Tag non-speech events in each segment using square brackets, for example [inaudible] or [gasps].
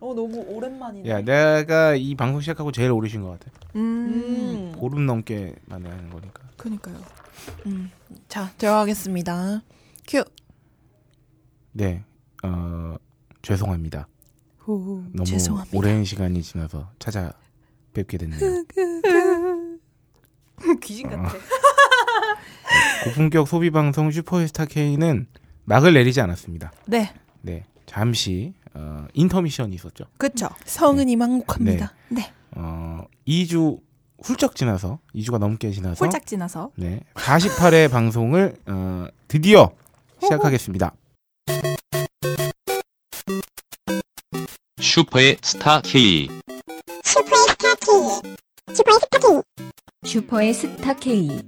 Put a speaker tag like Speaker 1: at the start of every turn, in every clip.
Speaker 1: 어 너무 오랜만이네.
Speaker 2: 야, 내가 이 방송 시작하고 제일 오래신 것 같아.
Speaker 3: 음.
Speaker 1: 음.
Speaker 2: 보름 넘게 만에 하는 거니까.
Speaker 3: 그니까요. 음. 자, 들어가겠습니다. 큐.
Speaker 2: 네, 어 죄송합니다.
Speaker 3: 후.
Speaker 2: 너무
Speaker 3: 죄송합니다.
Speaker 2: 오랜 시간이 지나서 찾아뵙게 됐네요.
Speaker 1: 귀신 같아.
Speaker 2: 음. 고품격 소비 방송 슈퍼스타 K는 막을 내리지 않았습니다.
Speaker 3: 네.
Speaker 2: 네, 잠시 어, 인터미션이 있었죠.
Speaker 3: 그쵸. 성은이 망곡합니다. 네.
Speaker 2: 어, 2주 훌쩍 지나서 2주가 넘게 지나서
Speaker 4: 홀짝 지나서
Speaker 2: 네, 48회 방송을 어, 드디어 시작하겠습니다.
Speaker 5: 슈퍼의 스타 K.
Speaker 6: 슈퍼의 스타 K.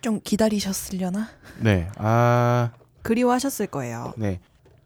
Speaker 3: 좀 기다리셨으려나?
Speaker 2: 네, 아
Speaker 3: 그리워하셨을 거예요.
Speaker 2: 네.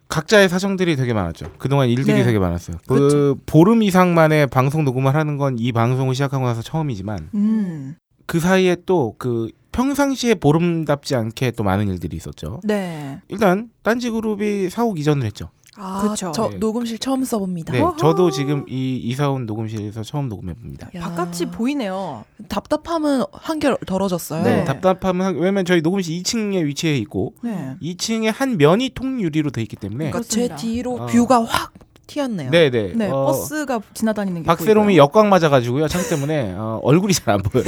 Speaker 2: 각자의 사정들이 되게 많았죠. 그동안 일들이
Speaker 3: 네.
Speaker 2: 되게 많았어요. 그
Speaker 3: 그쵸.
Speaker 2: 보름 이상만에 방송 녹음을 하는 건 이 방송을 시작하고 나서 처음이지만
Speaker 3: 음.
Speaker 2: 그 사이에 또 그 평상시에 보름답지 않게 또 많은 일들이 있었죠.
Speaker 3: 네.
Speaker 2: 일단 딴지 그룹이 사옥 이전을 했죠.
Speaker 3: 아,
Speaker 4: 그쵸.
Speaker 3: 저
Speaker 2: 네.
Speaker 3: 녹음실 처음 써봅니다.
Speaker 2: 네, 저도 지금 이 이사온 녹음실에서 처음 녹음해 봅니다. 네.
Speaker 3: 야.
Speaker 4: 바깥이 보이네요.
Speaker 3: 답답함은 한결 덜어졌어요.
Speaker 2: 네,
Speaker 4: 네.
Speaker 2: 답답함은 한- 왜냐면 저희 녹음실 2층에 위치해 있고
Speaker 4: 네.
Speaker 2: 2층에 한 면이 통유리로 돼 있기 때문에
Speaker 3: 그러니까 제
Speaker 4: 그렇습니다.
Speaker 3: 뒤로
Speaker 2: 어.
Speaker 3: 뷰가 확 튀었네요.
Speaker 2: 네, 네.
Speaker 4: 네,
Speaker 2: 어,
Speaker 4: 버스가 지나다니는 게
Speaker 2: 박세롬이
Speaker 4: 보이고요.
Speaker 2: 역광 맞아가지고요. 창 때문에 어, 얼굴이 잘 안 보여요.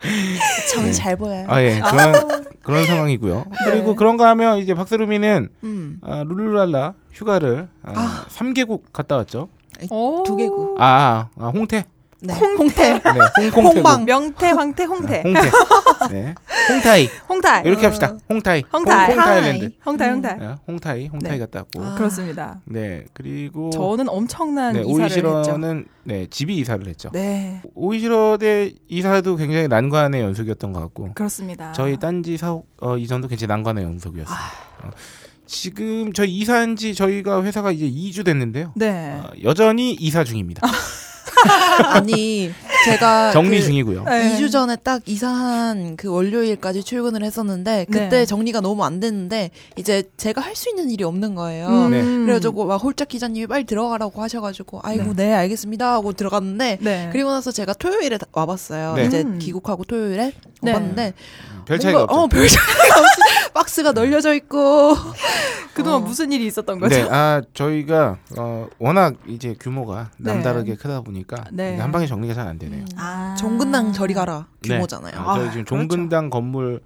Speaker 2: 네.
Speaker 3: 전잘 보여요.
Speaker 2: 아, 예. 그런, 그런 상황이고요. 그리고 그런가 하면 이제 박세롬이는
Speaker 3: 음.
Speaker 2: 아, 룰루랄라 휴가를 아,
Speaker 3: 아.
Speaker 2: 3개국 갔다 왔죠.
Speaker 4: 오.
Speaker 3: 두 개고.
Speaker 2: 아, 아, 아, 홍태.
Speaker 3: 네.
Speaker 4: 홍태,
Speaker 2: 네, 홍,
Speaker 3: 홍방.
Speaker 4: 명태, 황태,
Speaker 2: 홍태.
Speaker 4: 홍태,
Speaker 2: 홍태. 네. 홍타이.
Speaker 4: 홍탈,
Speaker 2: 음. 이렇게 합시다. 홍타이.
Speaker 4: 홍타이.
Speaker 2: 홍, 홍타일랜드.
Speaker 4: 홍탈, 홍탈.
Speaker 2: 네, 홍타이. 홍타이
Speaker 4: 네.
Speaker 2: 갔다 왔고.
Speaker 3: 아.
Speaker 4: 그렇습니다.
Speaker 2: 네. 그리고
Speaker 4: 저는 엄청난
Speaker 2: 네,
Speaker 4: 이사를 했죠.
Speaker 2: 오이시러는 네, 집이 이사를 했죠.
Speaker 3: 네.
Speaker 2: 오이시러 대 이사도 굉장히 난관의 연속이었던 것 같고.
Speaker 4: 그렇습니다.
Speaker 2: 저희 딴지 사옥 어, 이전도 굉장히 난관의 연속이었어요.
Speaker 4: 아.
Speaker 2: 어, 지금 저희 이사한 지 저희가 회사가 이제 2주 됐는데요.
Speaker 4: 네. 아,
Speaker 2: 어, 여전히 이사 중입니다.
Speaker 3: 아니 제가
Speaker 2: [laughs] 정리
Speaker 3: 그
Speaker 2: 중이고요.
Speaker 4: 네.
Speaker 3: 2주 전에 딱 이사한 그 월요일까지 출근을 했었는데 그때
Speaker 4: 네.
Speaker 3: 정리가 너무 안 됐는데 이제 제가 할 수 있는 일이 없는 거예요.
Speaker 4: 음.
Speaker 2: 네.
Speaker 3: 그래가지고 막 홀짝 기자님이 빨리 들어가라고 하셔가지고 아이고 네, 알겠습니다 하고 들어갔는데
Speaker 4: 네.
Speaker 3: 그리고 나서 제가 토요일에 다- 와봤어요.
Speaker 2: 네.
Speaker 3: 이제
Speaker 4: 음.
Speaker 3: 귀국하고 토요일에
Speaker 4: 네.
Speaker 3: 와봤는데
Speaker 2: 별 차이가
Speaker 3: 뭔가- 어,
Speaker 2: 없죠.
Speaker 3: 별 차이가 없이 [laughs] 박스가 널려져 있고
Speaker 4: 그동안
Speaker 3: 어.
Speaker 4: 무슨 일이 있었던 거죠?
Speaker 2: 네, 아 저희가 어, 워낙 이제 규모가
Speaker 4: 네.
Speaker 2: 남다르게 크다 보니까
Speaker 4: 네.
Speaker 2: 이제 한 방에 정리가 잘 안 되네요.
Speaker 4: 아.
Speaker 3: 종근당 저리 가라
Speaker 2: 네.
Speaker 3: 규모잖아요.
Speaker 2: 아, 저희
Speaker 4: 아, 그렇죠.
Speaker 2: 지금 종근당 건물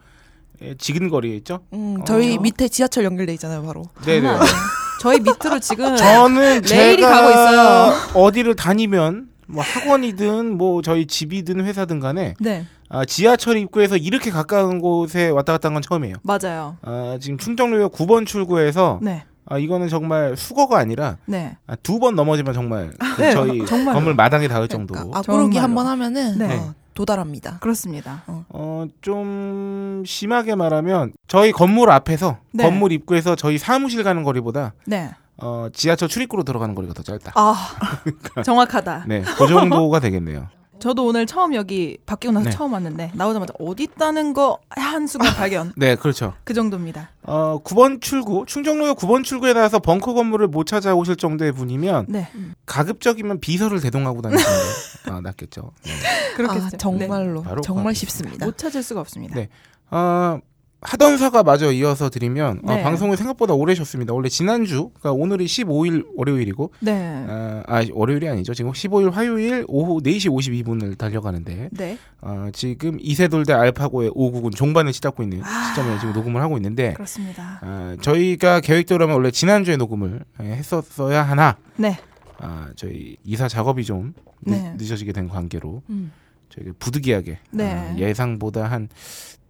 Speaker 2: 지근거리에 있죠?
Speaker 3: 음,
Speaker 2: 어.
Speaker 3: 저희 밑에 지하철 연결돼 있잖아요, 바로.
Speaker 2: 네,
Speaker 4: 장난
Speaker 2: 네.
Speaker 4: 아니에요. 저희 밑으로 지금 [laughs]
Speaker 2: 저는
Speaker 4: 레일이
Speaker 2: 제가
Speaker 4: 가고 있어요.
Speaker 2: 어디를 다니면 뭐 학원이든 뭐 저희 집이든 회사든 간에
Speaker 4: 네
Speaker 2: 아, 지하철 입구에서 이렇게 가까운 곳에 왔다 갔다 한 건 처음이에요.
Speaker 4: 맞아요.
Speaker 2: 아, 지금 충정로역 9번 출구에서
Speaker 4: 네.
Speaker 2: 아, 이거는 정말 수거가 아니라
Speaker 4: 네.
Speaker 2: 아, 두번 넘어지면 정말 그
Speaker 4: 네, [laughs]
Speaker 2: 저희
Speaker 4: 정말요.
Speaker 2: 건물 마당에 닿을 정도로
Speaker 3: 그러니까 아구르기
Speaker 4: 정말로.
Speaker 3: 한 번 하면은
Speaker 4: 네.
Speaker 3: 어, 도달합니다.
Speaker 4: 그렇습니다.
Speaker 2: 어, 좀 심하게 말하면 저희 건물 앞에서
Speaker 4: 네.
Speaker 2: 건물 입구에서 저희 사무실 가는 거리보다
Speaker 4: 네.
Speaker 2: 어, 지하철 출입구로 들어가는 거리가 더 짧다.
Speaker 4: 아 [laughs] 정확하다.
Speaker 2: 네, 그 정도가 되겠네요.
Speaker 4: 저도 오늘 처음 여기 바뀌고 나서
Speaker 2: 네.
Speaker 4: 처음 왔는데 나오자마자 어디 있다는 거 한순간 발견.
Speaker 2: 네, 그렇죠.
Speaker 4: 그 정도입니다.
Speaker 2: 어, 9번 출구, 충정로역 9번 출구에 나와서 벙커 건물을 못 찾아오실 정도의 분이면
Speaker 4: 네.
Speaker 2: 가급적이면 비서를 대동하고
Speaker 4: [laughs]
Speaker 2: 다니는 게 아, 낫겠죠. 네.
Speaker 4: 그렇겠죠.
Speaker 3: 아, 정말로
Speaker 2: 네. 바로
Speaker 3: 정말
Speaker 2: 가겠습니다.
Speaker 3: 쉽습니다.
Speaker 4: 네. 못 찾을 수가 없습니다.
Speaker 2: 네. 아, 하던 사가 마저 이어서 드리면 어,
Speaker 4: 네.
Speaker 2: 방송을 생각보다 오래 쉬었습니다. 원래 지난주, 그러니까 오늘이 15일 월요일이고
Speaker 4: 네.
Speaker 2: 아, 아, 월요일이 아니죠. 지금 15일 화요일 오후 4시 52분을 달려가는데
Speaker 4: 네.
Speaker 2: 아, 지금 이세돌 대 알파고의 5국은 종반을 치닫고 있는
Speaker 4: 아.
Speaker 2: 시점에 지금 녹음을 하고 있는데
Speaker 4: 그렇습니다.
Speaker 2: 아, 저희가 계획대로라면 원래 지난주에 녹음을 예, 했었어야 하나
Speaker 4: 네.
Speaker 2: 아, 저희 이사 작업이 좀 늦,
Speaker 4: 네.
Speaker 2: 어지게된 관계로
Speaker 3: 음.
Speaker 2: 저희가 부득이하게
Speaker 4: 네.
Speaker 2: 아, 예상보다 한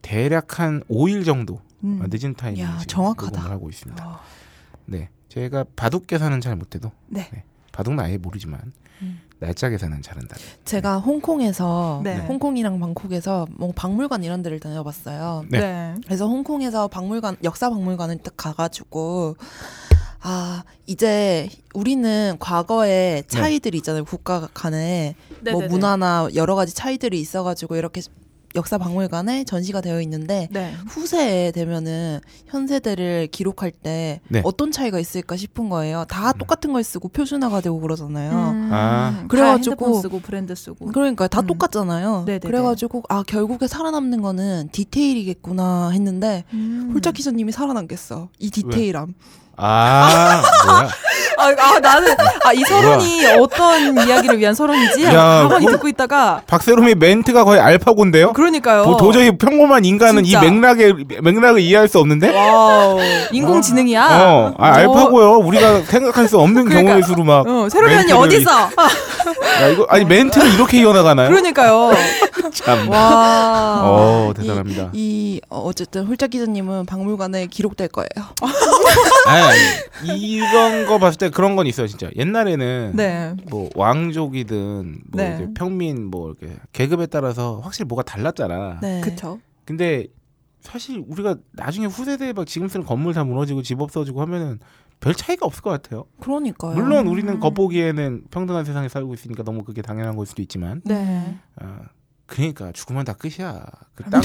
Speaker 2: 대략 한 5일 정도
Speaker 4: 음.
Speaker 2: 아, 늦은 타이밍에
Speaker 3: 야,
Speaker 2: 지금
Speaker 3: 정확하다.
Speaker 2: 녹음을 하고 있습니다.
Speaker 4: 어,
Speaker 2: 네, 제가 바둑 계산은 잘 못해도
Speaker 4: 네.
Speaker 2: 바둑은 아예 모르지만
Speaker 3: 음.
Speaker 2: 날짜 계산은 잘한다.
Speaker 3: 제가 홍콩에서
Speaker 4: 네.
Speaker 3: 홍콩이랑 방콕에서 뭐 박물관 이런 데를 다녀봤어요.
Speaker 2: 네.
Speaker 4: 네.
Speaker 3: 그래서 홍콩에서 박물관 역사 박물관을 딱 가가지고 아 이제 우리는 과거에
Speaker 4: 네.
Speaker 3: 네, 뭐 차이들이 있잖아요 국가 간에 뭐 문화나 여러 가지 차이들이 있어가지고 이렇게 역사 박물관에 전시가 되어 있는데
Speaker 4: 네.
Speaker 3: 후세에 되면은 현세대를 기록할 때
Speaker 2: 네.
Speaker 3: 어떤 차이가 있을까 싶은 거예요.
Speaker 4: 음.
Speaker 3: 다 똑같은 걸 쓰고 표준화가 되고 그러잖아요.
Speaker 2: 아.
Speaker 4: 다
Speaker 3: 그래가지고-
Speaker 4: 음. 핸드폰 쓰고 브랜드 쓰고.
Speaker 3: 그러니까 다
Speaker 4: 음.
Speaker 3: 똑같잖아요.
Speaker 4: 네네네.
Speaker 3: 그래가지고 아 결국에 살아남는 거는 디테일이겠구나 했는데
Speaker 4: 음.
Speaker 3: 홀짝 기자님이 살아남겠어. 이 디테일함.
Speaker 2: 아 뭐야?
Speaker 4: 아, 아, 나는 아, 이 서론이 어떤 이야기를 위한 서론이지?
Speaker 2: 야,
Speaker 4: 가만히
Speaker 2: 그건-
Speaker 4: 듣고 있다가
Speaker 2: 박세롬의 멘트가 거의 알파고인데요.
Speaker 4: 그러니까요.
Speaker 2: 뭐 도저히 평범한 인간은
Speaker 4: 진짜.
Speaker 2: 이 맥락에 맥락을 이해할 수 없는데. [laughs]
Speaker 4: 와우. 인공지능이야.
Speaker 2: 어, 아,
Speaker 4: 저-
Speaker 2: 알파고요. 우리가 생각할 수 없는
Speaker 4: 그러니까.
Speaker 2: 경우의 수로 막.
Speaker 4: 어, 세로면이
Speaker 2: 멘트를-
Speaker 4: 어디 있어? 아,
Speaker 2: 야, 이거 아니 멘트는 이렇게 이어나가나요?
Speaker 4: 그러니까요.
Speaker 2: 참.
Speaker 4: 그렇죠. 와.
Speaker 2: 네. 어 대단합니다.
Speaker 3: 이 어, 어쨌든 홀짝 기자님은 박물관에 기록될 거예요.
Speaker 2: 네, 이런 거 봤을 때 그런 건 있어요 진짜 옛날에는
Speaker 4: 네.
Speaker 2: 뭐 왕족이든 뭐
Speaker 4: 네.
Speaker 2: 이제 평민 뭐 이렇게 계급에 따라서 확실히 뭐가 달랐잖아
Speaker 3: 네.
Speaker 4: 그쵸.
Speaker 2: 근데 사실 우리가 나중에 후세대에 막 지금 쓰는 건물 다 무너지고 집 없어지고 하면은 별 차이가 없을 것 같아요
Speaker 4: 어.
Speaker 3: 그러니까요.
Speaker 2: 물론 우리는 겉보기에는 평등한 세상에 살고 있으니까 너무 그게 당연한 걸 수도 있지만
Speaker 4: 네.
Speaker 2: 아 그러니까 죽으면 다 끝이야 그 땅,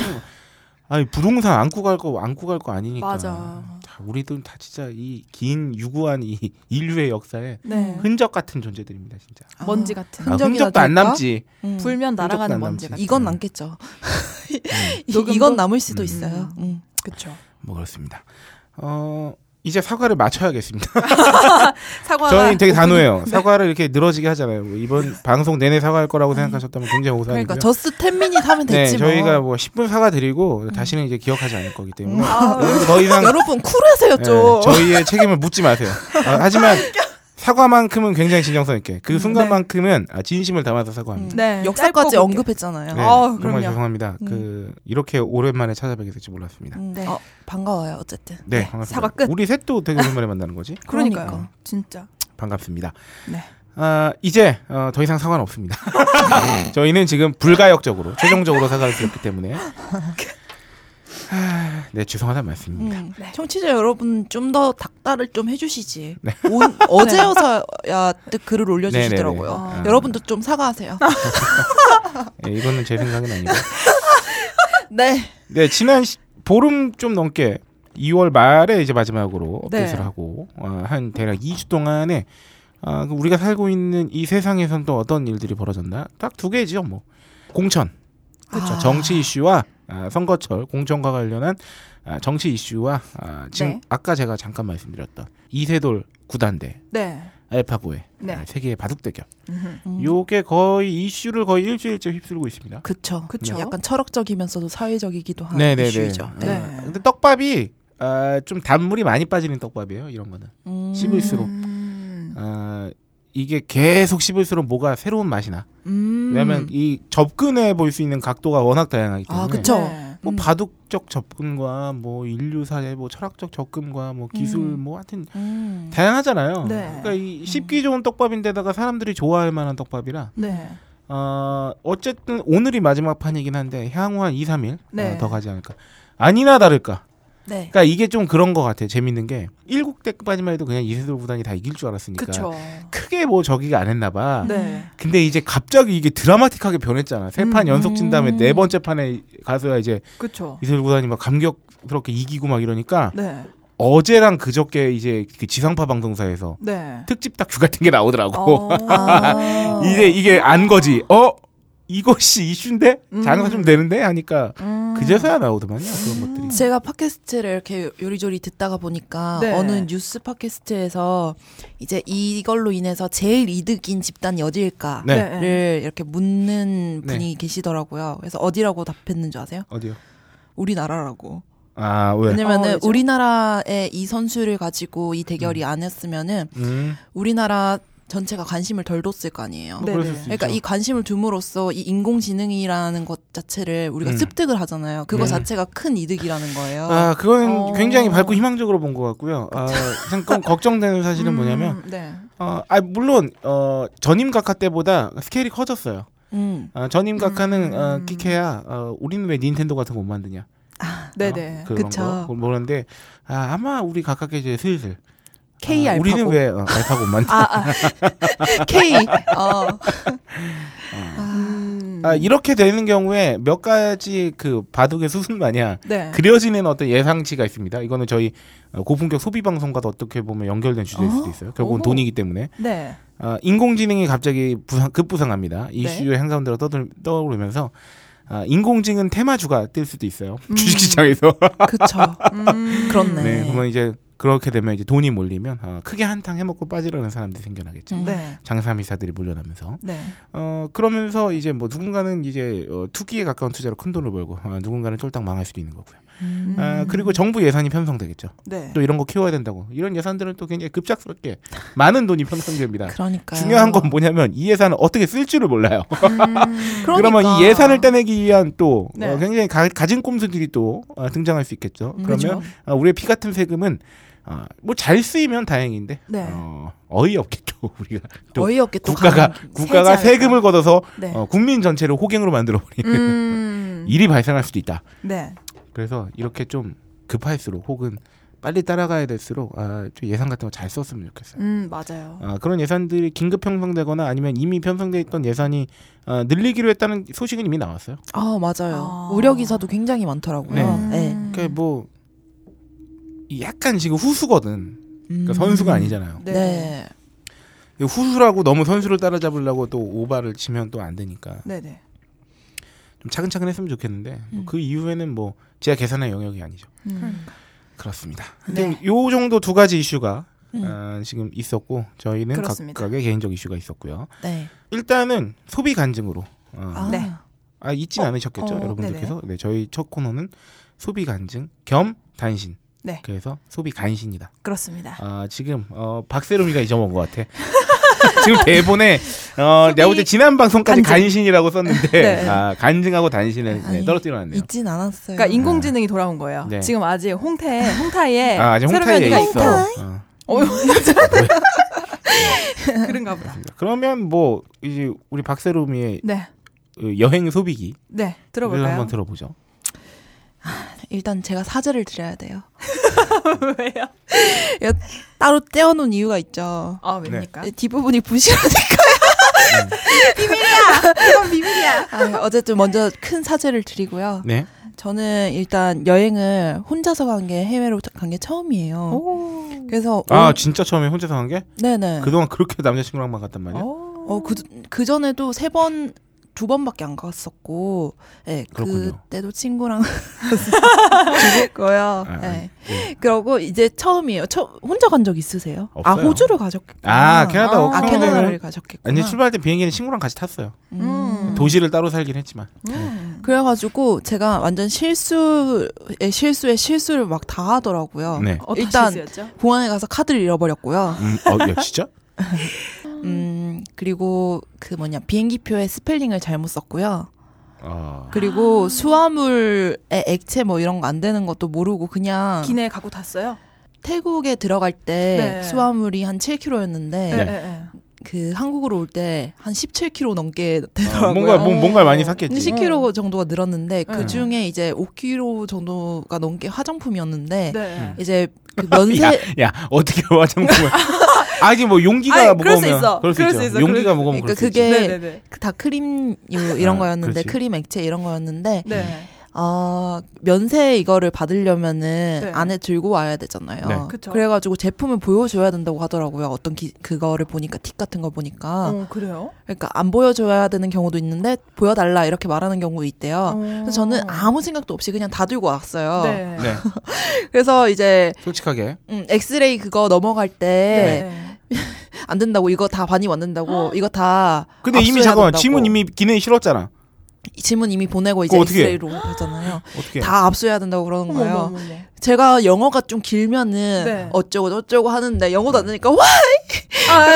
Speaker 2: 아니 부동산 안고 갈 거 안고 갈 거 아니니까
Speaker 4: 맞아.
Speaker 2: 자, 우리도 다 진짜 이 긴 유구한 이 [laughs] 인류의 역사에
Speaker 4: 네.
Speaker 2: 흔적 같은 존재들입니다 진짜.
Speaker 3: 아,
Speaker 4: 먼지 같은.
Speaker 3: 아, 흔적이나
Speaker 2: 흔적도 안
Speaker 3: 될까?
Speaker 2: 남지.
Speaker 3: 음.
Speaker 4: 불면 날아가는
Speaker 2: 흔적도 안
Speaker 4: 먼지
Speaker 2: 남지.
Speaker 4: 같은.
Speaker 3: 이건 남겠죠. [laughs] 이-
Speaker 4: 녹음도?
Speaker 3: 이건 남을 수도
Speaker 2: 음.
Speaker 3: 있어요. 음.
Speaker 4: 그쵸.
Speaker 2: 뭐 그렇습니다. 어 이제 사과를 맞춰야겠습니다.
Speaker 4: 사과가
Speaker 2: 저희 되게
Speaker 3: [laughs] 네.
Speaker 2: 단호해요. 사과를 이렇게 늘어지게 하잖아요. 뭐 이번 방송 내내 사과할 거라고 생각하셨다면 굉장히 오사하고요.
Speaker 3: 그러니까 저스 10미닛 하면
Speaker 2: [laughs] 네,
Speaker 3: 됐지 뭐. 음.
Speaker 2: 저희가 뭐 10분 사과 드리고 다시는 이제 기억하지 않을 거기 때문에 뭐
Speaker 4: 아,
Speaker 2: 더 이상
Speaker 3: 여러분 쿨하세요
Speaker 2: 예,
Speaker 3: 좀.
Speaker 2: 저희의 책임을 묻지 마세요. 아, 하지만 사과만큼은 굉장히 진정성 있게 그 순간만큼은 아, 진심을 담아서 사과합니다.
Speaker 3: 음.
Speaker 4: 네.
Speaker 3: 역사까지
Speaker 4: 짧고 굵게.
Speaker 3: 언급했잖아요. 어,
Speaker 2: 네,
Speaker 4: 아우,
Speaker 2: 정말
Speaker 4: 그럼요. 음.
Speaker 2: 죄송합니다. 그 이렇게 오랜만에 찾아뵙게 될지 몰랐습니다.
Speaker 3: 음,
Speaker 4: 네.
Speaker 3: 어, 반가워요 어쨌든.
Speaker 2: 네,
Speaker 3: 네.
Speaker 2: 반갑습니다.
Speaker 4: 사과 끝.
Speaker 2: 우리 셋도 되게 오랜만에 만나는 거지?
Speaker 4: 그러니까요.
Speaker 3: 그러니까.
Speaker 4: 진짜.
Speaker 2: 반갑습니다.
Speaker 4: 네.
Speaker 2: 아, 이제 어, 더 이상 사과는 없습니다.
Speaker 4: [laughs]
Speaker 2: 저희는 지금 불가역적으로 최종적으로 사과를
Speaker 4: [laughs]
Speaker 2: 드렸기 때문에 아, 네 죄송하다는 말씀입니다.
Speaker 3: 음,
Speaker 4: 네.
Speaker 3: 청취자 여러분 좀 더 닥달을 좀 해주시지. 온- 어제여서야 뜻 글을 올려주시더라고요.
Speaker 2: 네, 네, 네. 아.
Speaker 3: 여러분도 좀 사과하세요.
Speaker 2: 예, 이거는 제 생각은 아니고.
Speaker 3: 네.
Speaker 2: 네 지난 시- 보름 좀 넘게 2월 말에 이제 마지막으로
Speaker 4: 네.
Speaker 2: 업데이트를 하고 어, 한 대략 2주 동안에 아, 그 우리가 살고 있는 이 세상에선 또 어떤 일들이 벌어졌나 딱 두 개지요 뭐 공천 그렇죠.
Speaker 3: 아.
Speaker 2: 정치 이슈와 아, 선거철 공천과 관련한 아, 정치 이슈와 아, 지금
Speaker 4: 네.
Speaker 2: 아까 제가 잠깐 말씀드렸던 이세돌 구단대
Speaker 4: 네.
Speaker 2: 알파고의
Speaker 4: 네.
Speaker 2: 아, 세계의 바둑 대결
Speaker 4: 음흠.
Speaker 3: 음,
Speaker 2: 요게 거의 이슈를 거의 일주일째 휩쓸고 있습니다.
Speaker 3: 그쵸. 네.
Speaker 4: 그쵸.
Speaker 3: 약간 철학적이면서도 사회적이기도 한
Speaker 2: 네네네.
Speaker 3: 이슈죠.
Speaker 2: 아,
Speaker 3: 네.
Speaker 4: 네.
Speaker 2: 근데 떡밥이 아, 좀 단물이 많이 빠지는 떡밥이에요. 이런 거는
Speaker 3: 음,
Speaker 2: 씹을수록
Speaker 4: 음.
Speaker 2: 아, 이게 계속 씹을수록 뭐가 새로운 맛이 나.
Speaker 3: 음.
Speaker 2: 왜냐하면 이 접근해 볼 수 있는 각도가 워낙 다양하기 때문에.
Speaker 3: 아, 그쵸.
Speaker 4: 네.
Speaker 2: 뭐
Speaker 3: 음.
Speaker 2: 바둑적 접근과 뭐 인류사의 뭐 철학적 접근과 뭐 기술
Speaker 3: 음.
Speaker 2: 뭐 하여튼
Speaker 3: 음.
Speaker 2: 다양하잖아요.
Speaker 4: 네.
Speaker 2: 그러니까 이 쉽기 좋은 떡밥인데다가 사람들이 좋아할 만한 떡밥이라
Speaker 4: 네.
Speaker 2: 어, 어쨌든 오늘이 마지막 판이긴 한데 향후 한 2, 3일
Speaker 4: 네.
Speaker 2: 어, 더 가지 않을까. 아니나 다를까.
Speaker 3: 네.
Speaker 2: 그러니까 이게 좀 그런 것 같아요. 재밌는 게 일국 대까지만 해도 그냥 이세돌 구단이 다 이길 줄 알았으니까
Speaker 4: 그쵸.
Speaker 2: 크게 뭐 저기가 안 했나 봐.
Speaker 4: 네.
Speaker 2: 근데 이제 갑자기 이게 드라마틱하게 변했잖아. 세
Speaker 4: 음.
Speaker 2: 판 연속 진 다음에 네 번째 판에 가서야 이제
Speaker 4: 그쵸.
Speaker 2: 이세돌 구단이 막 감격스럽게 이기고 막 이러니까
Speaker 4: 네.
Speaker 2: 어제랑 그저께 이제 그 지상파 방송사에서
Speaker 4: 네.
Speaker 2: 특집 다큐 같은 게 나오더라고.
Speaker 4: 어.
Speaker 3: 아.
Speaker 2: [laughs] 이제 이게 안 거지. 어? 이것이 이슈인데? 장사 좀 되는데? 하니까
Speaker 4: 음.
Speaker 2: [laughs] 그제서야 나오더만요. 그런 것들이.
Speaker 3: 제가 팟캐스트를 이렇게 요리조리 듣다가 보니까
Speaker 4: 네.
Speaker 3: 어느 뉴스 팟캐스트에서 이제 이걸로 인해서 제일 이득인 집단이 어디일까를
Speaker 2: 네.
Speaker 4: 네.
Speaker 3: 이렇게 묻는
Speaker 2: 네.
Speaker 3: 분이 계시더라고요. 그래서 어디라고 답했는 줄 아세요?
Speaker 2: 어디요?
Speaker 3: 우리나라라고.
Speaker 2: 아, 왜?
Speaker 3: 왜냐면은
Speaker 4: 어, 왜죠?
Speaker 3: 우리나라의 이 선수를 가지고 이 대결이 안 했으면은
Speaker 2: 음.
Speaker 3: 우리나라 전체가 관심을 덜 뒀을 거 아니에요.
Speaker 2: 뭐
Speaker 4: 네,
Speaker 2: 그럴
Speaker 4: 네.
Speaker 2: 수 있죠.
Speaker 3: 그러니까 이 관심을 둠으로써 이 인공지능이라는 것 자체를 우리가
Speaker 2: 음.
Speaker 3: 습득을 하잖아요. 그거
Speaker 2: 네.
Speaker 3: 자체가 큰 이득이라는 거예요.
Speaker 2: 아, 그건
Speaker 4: 어.
Speaker 2: 굉장히 밝고 희망적으로 본 것 같고요. 아, 잠깐 걱정되는 사실은
Speaker 4: 음,
Speaker 2: 뭐냐면,
Speaker 4: 네.
Speaker 2: 어, 아, 물론, 어, 전임 각하 때보다 스케일이 커졌어요.
Speaker 3: 음.
Speaker 2: 아, 전임 각하는, 어,
Speaker 4: 음.
Speaker 2: 끽해야, 어, 우리는 왜 닌텐도 같은 거 못 만드냐.
Speaker 4: 네, 네.
Speaker 2: 어, 그런
Speaker 3: 그쵸.
Speaker 2: 거 그걸 모르는데 아, 아마 우리 각각의 이제 슬슬
Speaker 4: K
Speaker 2: 아,
Speaker 4: 알파고.
Speaker 2: 우리는 왜 어, 알파고만 [laughs]
Speaker 4: 아, 아.
Speaker 3: K. 어.
Speaker 4: 음.
Speaker 2: 아, 이렇게 되는 경우에 몇 가지 그 바둑의 수순 마냥
Speaker 3: 네.
Speaker 2: 아, 그려지는 어떤 예상치가 있습니다. 이거는 저희 어, 고품격 소비 방송과도 어떻게 보면 연결된 주제일 수도
Speaker 3: 아,
Speaker 4: 어?
Speaker 2: 있어요. 결국은
Speaker 4: 어머.
Speaker 2: 돈이기 때문에
Speaker 4: 네.
Speaker 2: 아, 인공지능이 갑자기 부상, 급부상합니다.
Speaker 3: 네.
Speaker 2: 이슈의 한가운데로 떠들, 떠오르면서 아, 인공지능 테마주가 뜰 수도 있어요.
Speaker 4: 음.
Speaker 2: 주식시장에서. [laughs]
Speaker 3: 그쵸.
Speaker 4: 음.
Speaker 3: [laughs]
Speaker 2: 네,
Speaker 3: 그렇네. 네.
Speaker 2: 그러면 이제 그렇게 되면 이제 돈이 몰리면 아, 크게 한탕 해먹고 빠지려는 사람들이 생겨나겠죠.
Speaker 3: 음.
Speaker 4: 네.
Speaker 2: 장사미사들이 몰려나면서
Speaker 4: 네.
Speaker 2: 어 그러면서 이제 뭐 누군가는 이제 어, 투기에 가까운 투자로 큰 돈을 벌고 아, 누군가는 쫄딱 망할 수도 있는 거고요. 아, 그리고 정부 예산이 편성되겠죠.
Speaker 4: 음.
Speaker 2: [laughs]
Speaker 4: 네.
Speaker 2: 또 이런 거 키워야 된다고 이런 예산들은 또 굉장히 급작스럽게 많은 돈이 편성됩니다.
Speaker 3: 그러니까
Speaker 2: 네. 중요한 건 뭐냐면 이 예산을 어떻게 쓸 줄을 몰라요.
Speaker 4: 음.
Speaker 2: 그러면이 예산을 떼내기 위한 또
Speaker 4: 네.
Speaker 2: 어, 굉장히 가, 가진 꼼수들이 또 어, 등장할 수 있겠죠.
Speaker 3: 음,
Speaker 2: 그러면
Speaker 4: 그렇죠.
Speaker 2: 아, 우리의 피 같은 세금은 뭐 잘 쓰이면 다행인데
Speaker 4: 네.
Speaker 2: 어, 어이없겠죠 우리가 또
Speaker 3: 어이없게 또
Speaker 2: 국가가
Speaker 3: 가는
Speaker 2: 국가가
Speaker 3: 세지 않을까.
Speaker 2: 세금을 걷어서
Speaker 4: 네.
Speaker 2: 어, 국민 전체를 호갱으로 만들어버리는
Speaker 4: 음.
Speaker 2: 일이 발생할 수도 있다.
Speaker 4: 네.
Speaker 2: 그래서 이렇게 좀 급할수록 혹은 빨리 따라가야 될수록 아, 좀 예산 같은 거 잘 썼으면 좋겠어요.
Speaker 4: 음, 맞아요.
Speaker 2: 아, 그런 예산들이 긴급 편성되거나 아니면 이미 편성돼 있던 예산이 아, 늘리기로 했다는 소식은 이미 나왔어요.
Speaker 3: 아 맞아요
Speaker 4: 아.
Speaker 3: 우려 기사도 굉장히 많더라고요.
Speaker 2: 네.
Speaker 4: 음.
Speaker 3: 네.
Speaker 2: 그러니까 뭐 약간 지금 후수거든. 그러니까 선수가 아니잖아요.
Speaker 3: 음. 네.
Speaker 2: 이 후수라고 너무 선수를 따라잡으려고 또 오바를 치면 또 안 되니까
Speaker 4: 네, 네.
Speaker 2: 좀 차근차근 했으면 좋겠는데
Speaker 3: 음.
Speaker 2: 그 이후에는 뭐 제가 계산의 영역이 아니죠.
Speaker 4: 음.
Speaker 2: 그렇습니다.
Speaker 4: 네.
Speaker 2: 요 정도 두 가지 이슈가
Speaker 3: 음.
Speaker 2: 아, 지금 있었고 저희는
Speaker 4: 그렇습니다.
Speaker 2: 각각의 개인적 이슈가 있었고요.
Speaker 3: 네.
Speaker 2: 일단은 소비 간증으로 어,
Speaker 3: 아,
Speaker 4: 네.
Speaker 2: 아 잊진
Speaker 3: 어,
Speaker 2: 않으셨겠죠
Speaker 3: 어,
Speaker 2: 여러분들께서 네 저희 첫 코너는 소비 간증 겸 단신.
Speaker 4: 네.
Speaker 2: 그래서 소비 간신이다.
Speaker 4: 그렇습니다.
Speaker 2: 아 지금 어, 박세롬이가 잊어먹은 것 같아. [laughs] 지금 대본에 어, 내가 볼때
Speaker 4: 소비
Speaker 2: 지난 방송까지
Speaker 4: 간증.
Speaker 2: 간신. 이라고 썼는데
Speaker 4: 네.
Speaker 2: 아, 간증하고 단신을 네,
Speaker 3: 아니,
Speaker 2: 떨어뜨려놨네요.
Speaker 3: 있진 않았어요.
Speaker 4: 그러니까 인공지능이 돌아온 거예요.
Speaker 2: 네.
Speaker 4: 지금 아직 홍태, 홍타에
Speaker 2: 아, 아직
Speaker 4: 네, 새로운
Speaker 2: 홍타에
Speaker 4: 언니가
Speaker 2: 있어.
Speaker 4: 있다.
Speaker 2: 어,
Speaker 4: 어, [laughs] 그런가 보다.
Speaker 2: 네. 그렇습니다. 그러면 뭐 이제 우리 박세롬이의
Speaker 4: 네.
Speaker 2: 어, 여행 소비기
Speaker 4: 네.
Speaker 2: 를
Speaker 4: 들어볼까요?
Speaker 2: 한번 들어보죠.
Speaker 3: 일단 제가 사죄를 드려야 돼요.
Speaker 4: [laughs] 왜요?
Speaker 3: [laughs] 따로 떼어놓은 이유가 있죠.
Speaker 4: 아,
Speaker 2: 네.
Speaker 4: 웬입니까?
Speaker 3: 네, 뒷부분이 부실하니까.
Speaker 4: [laughs] 이건 비밀이야.
Speaker 3: 아, 어쨌든 먼저 큰 사죄를 드리고요.
Speaker 2: 네.
Speaker 3: 저는 일단 여행을 혼자서 간 게 해외로 간 게 처음이에요.
Speaker 4: 오.
Speaker 3: 그래서
Speaker 2: 아
Speaker 3: 올-
Speaker 2: 진짜 처음에 혼자서 한 게?
Speaker 3: 네네.
Speaker 2: 그동안 그렇게 남자친구랑만 갔단 말이야?
Speaker 4: 오.
Speaker 3: 어, 그, 그 전에도 세 번, 두 번밖에 안 갔었고, 예,
Speaker 2: 그렇군요.
Speaker 3: 그때도 친구랑 [laughs] 갔었고요.
Speaker 2: 아,
Speaker 3: 예.
Speaker 2: 네.
Speaker 3: 그러고 이제 처음이에요. 처, 혼자 간 적 있으세요? 아,
Speaker 2: 없어요.
Speaker 3: 호주를 가셨겠구나.
Speaker 2: 아 캐나다
Speaker 4: 아,
Speaker 3: 아,
Speaker 2: 오크라이나는-
Speaker 3: 캐나다를
Speaker 2: 아니
Speaker 3: 가셨겠구나.
Speaker 2: 출발할 때 비행기는 친구랑 같이 탔어요.
Speaker 3: 음.
Speaker 2: 도시를 따로 살긴 했지만. 네.
Speaker 4: 음.
Speaker 3: 그래가지고 제가 완전 실수에 실수에 실수를 막 다 하더라고요.
Speaker 2: 네.
Speaker 4: 어떤 아.
Speaker 3: 일단-
Speaker 4: 실수였죠?
Speaker 3: 공항에 가서 카드를 잃어버렸고요.
Speaker 2: 음, 어, 야, 진짜?
Speaker 3: 음, 그리고 그 뭐냐, 비행기표에 스펠링을 잘못 썼고요.
Speaker 2: 아,
Speaker 3: 그리고 수화물의 액체 뭐 이런 거 안 되는 것도 모르고 그냥
Speaker 4: 기내에 갖고 탔어요?
Speaker 3: 태국에 들어갈 때
Speaker 4: 네.
Speaker 3: 수화물이 한 7kg였는데
Speaker 4: 네. 네. 네.
Speaker 3: 그 한국으로 올 때 한 17kg 넘게
Speaker 2: 아,
Speaker 3: 되더라고요.
Speaker 2: 뭔가 뭐, 뭔가 많이 샀겠지.
Speaker 3: 10kg 정도가
Speaker 4: 네.
Speaker 3: 늘었는데 그 중에 이제 5kg 정도가 넘게 화장품이었는데
Speaker 4: 네.
Speaker 3: 이제 그 면세
Speaker 2: [laughs] 야, 야, 어떻게 화장품을? 아니 뭐 용기가
Speaker 4: 아니, 그럴
Speaker 2: 무거우면
Speaker 4: 수 있어.
Speaker 2: 그럴 수
Speaker 4: 그럴
Speaker 2: 있죠.
Speaker 4: 수 있어.
Speaker 2: 용기가
Speaker 4: 그럴
Speaker 2: 무거우면 그럴
Speaker 3: 그러니까
Speaker 2: 수 있지.
Speaker 3: 그게
Speaker 4: 네. 네.
Speaker 3: 다 크림 요 이런
Speaker 2: 아,
Speaker 3: 거였는데
Speaker 2: 그렇지.
Speaker 3: 크림 액체 이런 거였는데
Speaker 4: 네.
Speaker 3: 어, 면세 이거를 받으려면은
Speaker 4: 네.
Speaker 3: 안에 들고 와야 되잖아요.
Speaker 2: 네.
Speaker 4: 그쵸.
Speaker 3: 그래가지고 제품을 보여줘야 된다고 하더라고요. 어떤 기- 그거를 보니까 팁 같은 걸 보니까
Speaker 4: 어, 그래요?
Speaker 3: 그러니까 안 보여줘야 되는 경우도 있는데 보여달라 이렇게 말하는 경우도 있대요. 어. 그래서 저는 아무 생각도 없이 그냥 다 들고 왔어요.
Speaker 4: 어. 음. 네.
Speaker 2: 네,
Speaker 3: 그래서 이제
Speaker 2: 솔직하게.
Speaker 3: 음, 엑스레이 그거 넘어갈 때
Speaker 4: 네.
Speaker 3: 안 된다고 이거 다 반입 안 된다고 이거 다
Speaker 2: 근데 이미
Speaker 3: 압수해야
Speaker 2: 잠깐만
Speaker 3: 된다고.
Speaker 2: 짐은 이미 기내에 실었잖아.
Speaker 3: 지문 이미 보내고 이제
Speaker 2: 그거 어떻게 해?
Speaker 3: 엑스레이로 되잖아요.
Speaker 2: 어떻게?
Speaker 3: 다 압수해야 된다고 그러는
Speaker 4: 어머,
Speaker 3: 거예요.
Speaker 4: 어머, 어머, 어머.
Speaker 3: 제가 영어가 좀 길면은
Speaker 4: 네.
Speaker 3: 어쩌고 저쩌고 하는데 영어도 안 되니까 와,
Speaker 4: 아,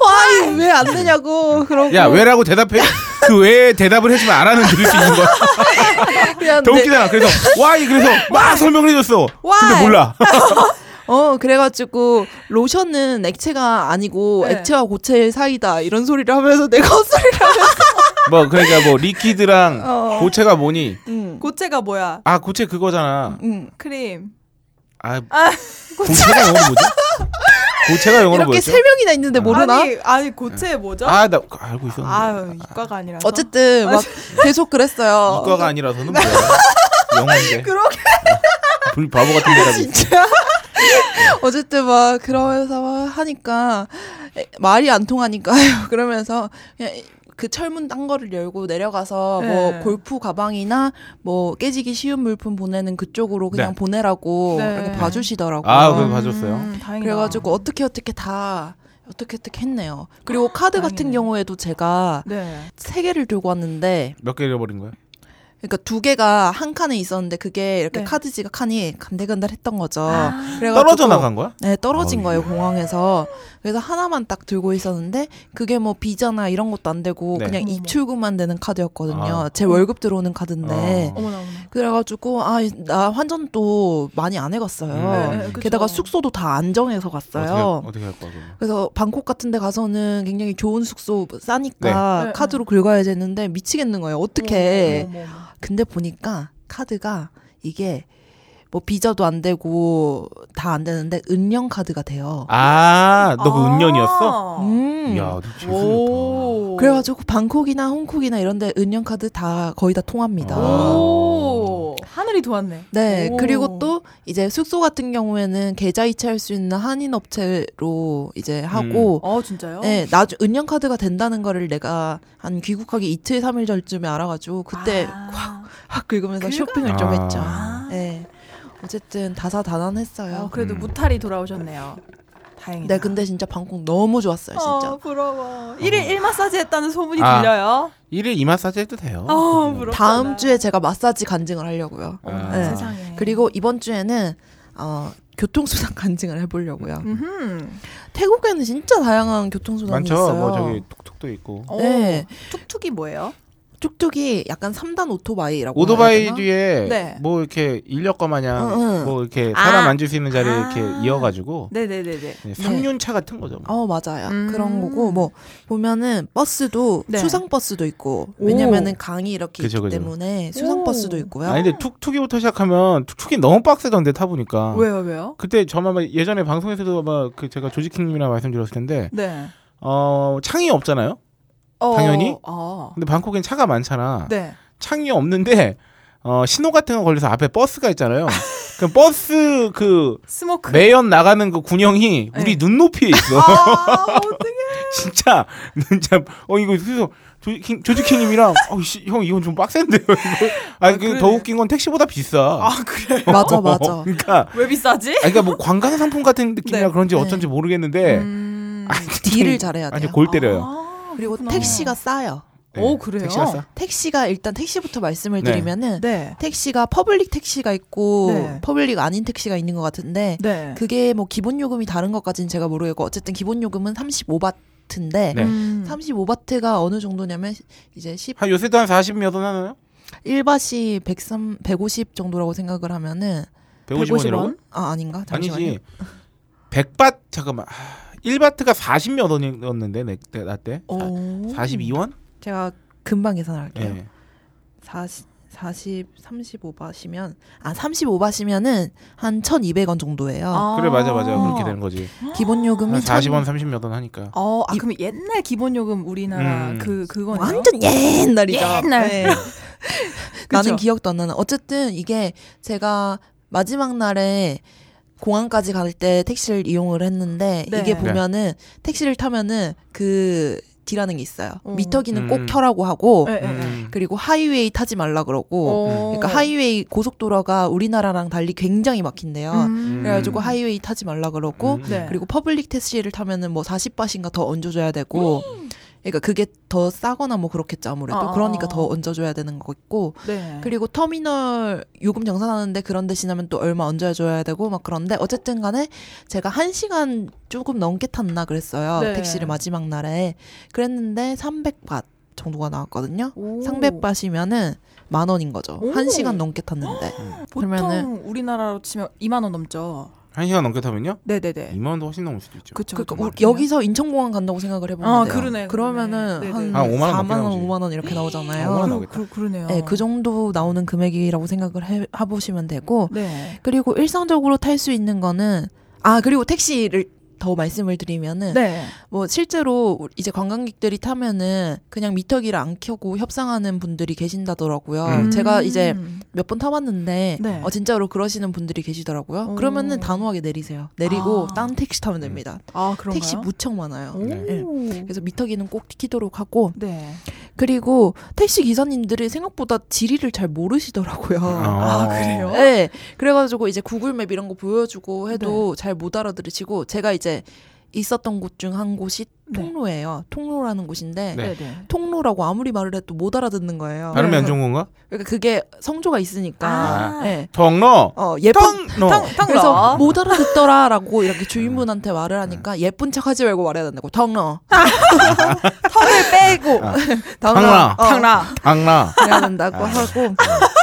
Speaker 3: 와, 왜 안
Speaker 2: [laughs]
Speaker 3: 되냐고 그러고
Speaker 2: 야 왜라고 대답해? 그 왜 대답을 해주면 안 하는 들을 수 있는 거야.
Speaker 3: 네. 그냥 네.
Speaker 2: 더
Speaker 3: 내-
Speaker 2: 웃기잖아. 그래서 와이 그래서 막 설명을 해줬어. 근데
Speaker 3: Why? [laughs]
Speaker 2: 몰라.
Speaker 3: 어 그래가지고 로션은 액체가 아니고
Speaker 4: 네.
Speaker 3: 액체와 고체 사이다 이런 소리를 하면서 [laughs] 내가 헛소리를 하면서
Speaker 2: 뭐 그러니까 뭐 리퀴드랑
Speaker 4: 어.
Speaker 2: 고체가 뭐니?
Speaker 3: 음,
Speaker 4: 고체가 뭐야?
Speaker 2: 아 고체 그거잖아.
Speaker 3: 음.
Speaker 4: 크림.
Speaker 2: 아 고체가 영어로 뭐지? 고체가 영어로
Speaker 3: 이렇게
Speaker 2: 뭐였죠?
Speaker 3: 세 명이나 있는데 모르나?
Speaker 4: 아니, 아니 고체 뭐죠? 아,
Speaker 2: 아 나 알고 있었는데
Speaker 4: 유 이과가 아니라서. [laughs]
Speaker 3: 어쨌든 막 계속 그랬어요.
Speaker 2: 이과가 아니라서는
Speaker 3: [laughs]
Speaker 2: 뭐야 영어인데
Speaker 4: 그렇게
Speaker 2: 불 바보 같은 대답이
Speaker 4: 진짜.
Speaker 3: 아, [laughs] 어쨌든 막 그러면서 막 하니까 에, 말이 안 통하니까요. [laughs] 그러면서 그냥 그 철문 딴 거를 열고 내려가서
Speaker 4: 네.
Speaker 3: 뭐 골프 가방이나 뭐 깨지기 쉬운 물품 보내는 그쪽으로 그냥
Speaker 2: 네.
Speaker 3: 보내라고
Speaker 4: 네. 음.
Speaker 3: 이렇게 봐주시더라고요.
Speaker 2: 아, 그럼 봐줬어요.
Speaker 4: 다행이다.
Speaker 3: 그래가지고 어떻게 어떻게 다 어떻게 어떻게 했네요. 그리고 카드 같은
Speaker 4: 아, 다행이네.
Speaker 3: 경우에도 제가
Speaker 4: 네.
Speaker 3: 세 개를 들고 왔는데
Speaker 2: 몇 개 잃어버린 거야?
Speaker 3: 그러니까 두 개가 한 칸에 있었는데 그게 이렇게
Speaker 4: 네.
Speaker 3: 카드지가 칸이 간대간달했던 거죠.
Speaker 4: 아.
Speaker 3: 그래가지고
Speaker 2: 떨어져 나간 거야?
Speaker 3: 네, 떨어진
Speaker 2: 어이.
Speaker 3: 거예요, 공항에서. 그래서 하나만 딱 들고 있었는데, 그게 뭐 비자나 이런 것도 안 되고,
Speaker 2: 네.
Speaker 3: 그냥
Speaker 4: 어머머.
Speaker 3: 입출금만 되는 카드였거든요.
Speaker 2: 아.
Speaker 3: 제 월급 들어오는 카드인데.
Speaker 2: 어.
Speaker 4: 어머나 어머나.
Speaker 3: 그래가지고, 아, 나 환전도 많이 안 해갔어요.
Speaker 2: 음. 네,
Speaker 4: 네, 그쵸.
Speaker 3: 게다가 숙소도 다 안 정해서 갔어요.
Speaker 2: 어떻게, 어떻게 할 거야? 그러면?
Speaker 3: 그래서 방콕 같은 데 가서는 굉장히 좋은 숙소 싸니까
Speaker 4: 네. 네,
Speaker 3: 카드로 긁어야 되는데 미치겠는 거예요. 어떻게.
Speaker 4: 어머, 네. 어머, 어머.
Speaker 3: 근데 보니까 카드가 이게 뭐 비자도 안 되고 다 안 되는데 은령 카드가 돼요.
Speaker 2: 아너 그 은연이었어?
Speaker 4: 아.
Speaker 3: 음.
Speaker 2: 야너 재수있다
Speaker 4: 오.
Speaker 3: 그래가지고 방콕이나 홍콩이나 이런데 은영 카드 다 거의 다 통합니다.
Speaker 2: 아.
Speaker 4: 오. 하늘이 도왔네.
Speaker 3: 네
Speaker 4: 오.
Speaker 3: 그리고 또 이제 숙소 같은 경우에는 계좌 이체할 수 있는 한인 업체로 이제 하고.
Speaker 4: 어
Speaker 2: 음.
Speaker 4: 진짜요?
Speaker 3: 네, 나중 은영 카드가 된다는 거를 내가 한 귀국하기 이틀 삼일 전쯤에 알아가지고 그때
Speaker 4: 아.
Speaker 3: 확 긁으면서
Speaker 4: 그래가-
Speaker 3: 쇼핑을 좀
Speaker 2: 아.
Speaker 3: 했죠.
Speaker 4: 아.
Speaker 3: 네, 어쨌든 다사다난했어요.
Speaker 4: 어, 그래도
Speaker 2: 음.
Speaker 4: 무탈이 돌아오셨네요. 다행이다.
Speaker 3: 네, 근데 진짜 방콕 너무 좋았어요, 진짜.
Speaker 4: 어, 부러워. 1일 1마사지 했다는 소문이
Speaker 2: 아.
Speaker 4: 들려요.
Speaker 2: 1일 2마사지 해도 돼요
Speaker 4: 어, 부럽다.
Speaker 3: 다음 주에 제가 마사지 간증을 하려고요.
Speaker 2: 아.
Speaker 3: 네.
Speaker 4: 세상에.
Speaker 3: 그리고 이번 주에는 어, 교통수단 [laughs] 간증을 해보려고요.
Speaker 4: 음.
Speaker 3: 태국에는 진짜 다양한 교통수단이
Speaker 2: 많죠
Speaker 3: 있어요.
Speaker 2: 뭐 저기 툭툭도 있고
Speaker 3: 네.
Speaker 4: 툭툭이 뭐예요?
Speaker 3: 뚝뚝이 약간 3단 오토바이라고.
Speaker 2: 오토바이
Speaker 3: 해야 되나?
Speaker 2: 뒤에
Speaker 4: 네.
Speaker 2: 뭐 이렇게 인력거 마냥
Speaker 3: 응, 응.
Speaker 2: 뭐 이렇게
Speaker 4: 아.
Speaker 2: 사람 앉을 수 있는 자리에
Speaker 4: 아.
Speaker 2: 이렇게 이어가지고
Speaker 4: 네, 네, 네, 네.
Speaker 2: 네, 상륜차 같은 거죠. 뭐.
Speaker 3: 어 맞아요
Speaker 4: 음.
Speaker 3: 그런 거고 뭐 보면은 버스도
Speaker 4: 네.
Speaker 3: 수상 버스도 있고
Speaker 4: 오.
Speaker 3: 왜냐면은 강이 이렇게
Speaker 2: 그죠,
Speaker 3: 있기
Speaker 2: 그죠.
Speaker 3: 때문에 수상
Speaker 4: 오.
Speaker 3: 버스도 있고요
Speaker 2: 아니 근데 툭툭이부터 시작하면 툭툭이 너무 빡세던데 타보니까.
Speaker 4: 아. 왜요, 왜요?
Speaker 2: 그때 저만 막 예전에 방송에서도 아마 그 제가 조지킹님이랑 말씀드렸을 텐데
Speaker 4: 네.
Speaker 2: 어 창이 없잖아요.
Speaker 4: 어,
Speaker 2: 당연히?
Speaker 4: 어.
Speaker 2: 근데 방콕엔 차가 많잖아.
Speaker 4: 네.
Speaker 2: 창이 없는데 어 신호 같은 거 걸려서 앞에 버스가 있잖아요. 그럼 버스 그
Speaker 4: 스모크.
Speaker 2: 매연 나가는 그 군형이
Speaker 4: 네.
Speaker 2: 우리 눈높이에 있어. [laughs]
Speaker 4: 아, 어떡해.
Speaker 2: 진짜 진짜 어 이거 그래서 조지킹 조지킹님이랑 어씨 형 이건 좀 빡센데요 이거
Speaker 4: 아,
Speaker 2: 아그
Speaker 4: 그래.
Speaker 2: 더 웃긴 건 택시보다 비싸
Speaker 4: 아, 그래.
Speaker 2: [laughs]
Speaker 3: 맞아 맞아
Speaker 2: 그러니까
Speaker 4: 왜 비싸지?
Speaker 2: 아 그러니까 뭐 관광 상품 같은 느낌이라
Speaker 4: 네.
Speaker 2: 그런지 어쩐지 모르겠는데
Speaker 4: 음.
Speaker 2: 네. 아니, 좀-
Speaker 3: 딜을 잘해야 돼요
Speaker 2: 아니 골 때려요 네.
Speaker 4: 아,
Speaker 3: 그리고
Speaker 4: 그렇구나.
Speaker 3: 택시가 싸요
Speaker 4: 오, 그래요?
Speaker 2: 택시가 싸
Speaker 3: 택시가 일단 택시부터 말씀을
Speaker 2: 네.
Speaker 3: 드리면은
Speaker 4: 네.
Speaker 3: 택시가 퍼블릭 택시가 있고
Speaker 4: 네.
Speaker 3: 퍼블릭 아닌 택시가 있는 것 같은데
Speaker 4: 네.
Speaker 3: 그게 뭐 기본 요금이 다른 것까지는 제가 모르겠고 어쨌든 기본 요금은 35바트인데
Speaker 2: 네.
Speaker 4: 음.
Speaker 3: 35바트가 어느 정도냐면 이제
Speaker 2: 한 요새도 한 40몇 원 하나요?
Speaker 3: 11바시 103 150 정도라고 생각을 하면은
Speaker 2: 150원이라고?
Speaker 3: 아 아닌가? 잠시만요.
Speaker 2: 아니지 100바트 잠깐만 아, 1바트가 40몇 원이었는데 내, 때, 나 때?
Speaker 3: 오.
Speaker 2: 42원?
Speaker 3: 제가 금방 계산할게요.
Speaker 2: 네.
Speaker 3: 40 40 35바시면 아 35바시면은 한 1,200원 정도예요.
Speaker 4: 아.
Speaker 2: 그래 맞아 맞아 그렇게 되는 거지
Speaker 3: 기본
Speaker 2: 한
Speaker 3: 요금이
Speaker 2: 40원 30몇 원 하니까
Speaker 4: 어, 아
Speaker 3: 이-
Speaker 4: 그럼 옛날 기본 요금 우리나라
Speaker 2: 음.
Speaker 4: 그 그거네요.
Speaker 3: 완전 옛날이죠.
Speaker 4: 옛날. [laughs]
Speaker 3: 네. 나는
Speaker 4: 그쵸?
Speaker 3: 기억도 안 나는. 어쨌든 이게 제가 마지막 날에 공항까지 갈 때 택시를 이용을 했는데
Speaker 4: 네.
Speaker 3: 이게
Speaker 4: 네.
Speaker 3: 보면은 택시를 타면은 그 D라는 게 있어요.
Speaker 4: 어.
Speaker 3: 미터기는
Speaker 2: 음.
Speaker 3: 꼭 켜라고 하고
Speaker 4: 예, 예, 예.
Speaker 2: 음.
Speaker 3: 그리고 하이웨이 타지 말라 그러고
Speaker 4: 어.
Speaker 3: 그러니까 하이웨이 고속도로가 우리나라랑 달리 굉장히 막힌대요.
Speaker 4: 음.
Speaker 3: 그래가지고 하이웨이 타지 말라 그러고
Speaker 2: 음.
Speaker 4: 네.
Speaker 3: 그리고 퍼블릭 택시를 타면은 뭐 40바신가 더 얹어줘야 되고 그러니까 그게 더 싸거나 뭐 그렇겠죠 아무래도
Speaker 4: 음. 아, 아,
Speaker 3: 그러니까
Speaker 4: 아.
Speaker 3: 더 얹어줘야 되는 거겠고
Speaker 4: 네.
Speaker 3: 그리고 터미널 요금 정산하는데 그런 데 지나면 또 얼마 얹어줘야 되고 막 그런데 어쨌든 간에 제가 한 시간 조금 넘게 탔나 그랬어요
Speaker 4: 네.
Speaker 3: 택시를 마지막 날에 그랬는데 300밭 정도가 나왔거든요
Speaker 4: 오.
Speaker 3: 300밭이면은 만 원인 거죠
Speaker 4: 오.
Speaker 3: 한 시간 넘게 탔는데
Speaker 2: 음.
Speaker 4: 보통
Speaker 3: 그러면은-
Speaker 4: 우리나라로 치면 2만 원 넘죠.
Speaker 2: 한 시간 넘게 타면요?
Speaker 4: 네, 네, 네.
Speaker 2: 2만 원도 훨씬 넘을 수도 있죠.
Speaker 4: 그쵸.
Speaker 3: 그러니까
Speaker 4: 좀
Speaker 3: 우-
Speaker 4: 많네요.
Speaker 3: 여기서 인천공항 간다고 생각을 해보면
Speaker 4: 아,
Speaker 3: 돼요.
Speaker 4: 그러네, 그러네.
Speaker 3: 그러면은
Speaker 4: 네네.
Speaker 3: 한
Speaker 2: 한 5만 원
Speaker 3: 4만 원,
Speaker 2: 넘게
Speaker 3: 5만 원 이렇게 나오잖아요.
Speaker 2: 오만 원.
Speaker 4: 그, 그, 그러네요.
Speaker 3: 네, 그 정도 나오는 금액이라고 생각을 해, 해보시면 되고
Speaker 4: 네.
Speaker 3: 그리고 일상적으로 탈 수 있는 거는 아 그리고 택시를 더 말씀을 드리면은
Speaker 4: 네.
Speaker 3: 뭐 실제로 우- 이제 관광객들이 타면은 그냥 미터기를 안 켜고 협상하는 분들이 계신다더라고요.
Speaker 2: 음.
Speaker 3: 네, 제가 이제
Speaker 4: 음.
Speaker 3: 몇 번 타봤는데
Speaker 4: 네.
Speaker 3: 어, 진짜로 그러시는 분들이 계시더라고요.
Speaker 4: 오.
Speaker 3: 그러면은 단호하게 내리세요. 내리고
Speaker 4: 아.
Speaker 3: 딴 택시 타면 됩니다.
Speaker 4: 아 그런가요?
Speaker 3: 택시 무척 네. 많아요.
Speaker 4: 오.
Speaker 3: 그래서 미터기는 꼭 키도록 하고
Speaker 4: 네.
Speaker 3: 그리고 택시 기사님들이 생각보다 지리를 잘 모르시더라고요.
Speaker 4: 아, 그래요?
Speaker 3: 네. 그래가지고 이제 구글맵 이런 거 보여주고 해도 잘 못 알아들으시고 제가 이제 있었던 곳 중 한 곳이
Speaker 4: 네.
Speaker 3: 통로예요. 통로라는 곳인데
Speaker 2: 네.
Speaker 4: 네. 네.
Speaker 3: 통로라고 아무리 말을 해도 못 알아듣는 거예요.
Speaker 2: 발음이
Speaker 4: 네.
Speaker 2: 안 좋은 건가?
Speaker 3: 그러니까 그게 성조가 있으니까.
Speaker 4: 아.
Speaker 3: 네.
Speaker 2: 덩러.
Speaker 3: 어 예쁜
Speaker 2: 덩러.
Speaker 3: 그래서 못 알아듣더라라고 이렇게 주인분한테 말을 하니까 예쁜 척하지 말고 말해야 된다고 덩러
Speaker 4: 턱을 빼고
Speaker 2: 아.
Speaker 3: 덩러
Speaker 2: 탕라.
Speaker 3: 어,
Speaker 4: 탕라.
Speaker 2: 악라.
Speaker 3: 그래야 된다고
Speaker 2: 아.
Speaker 3: 하고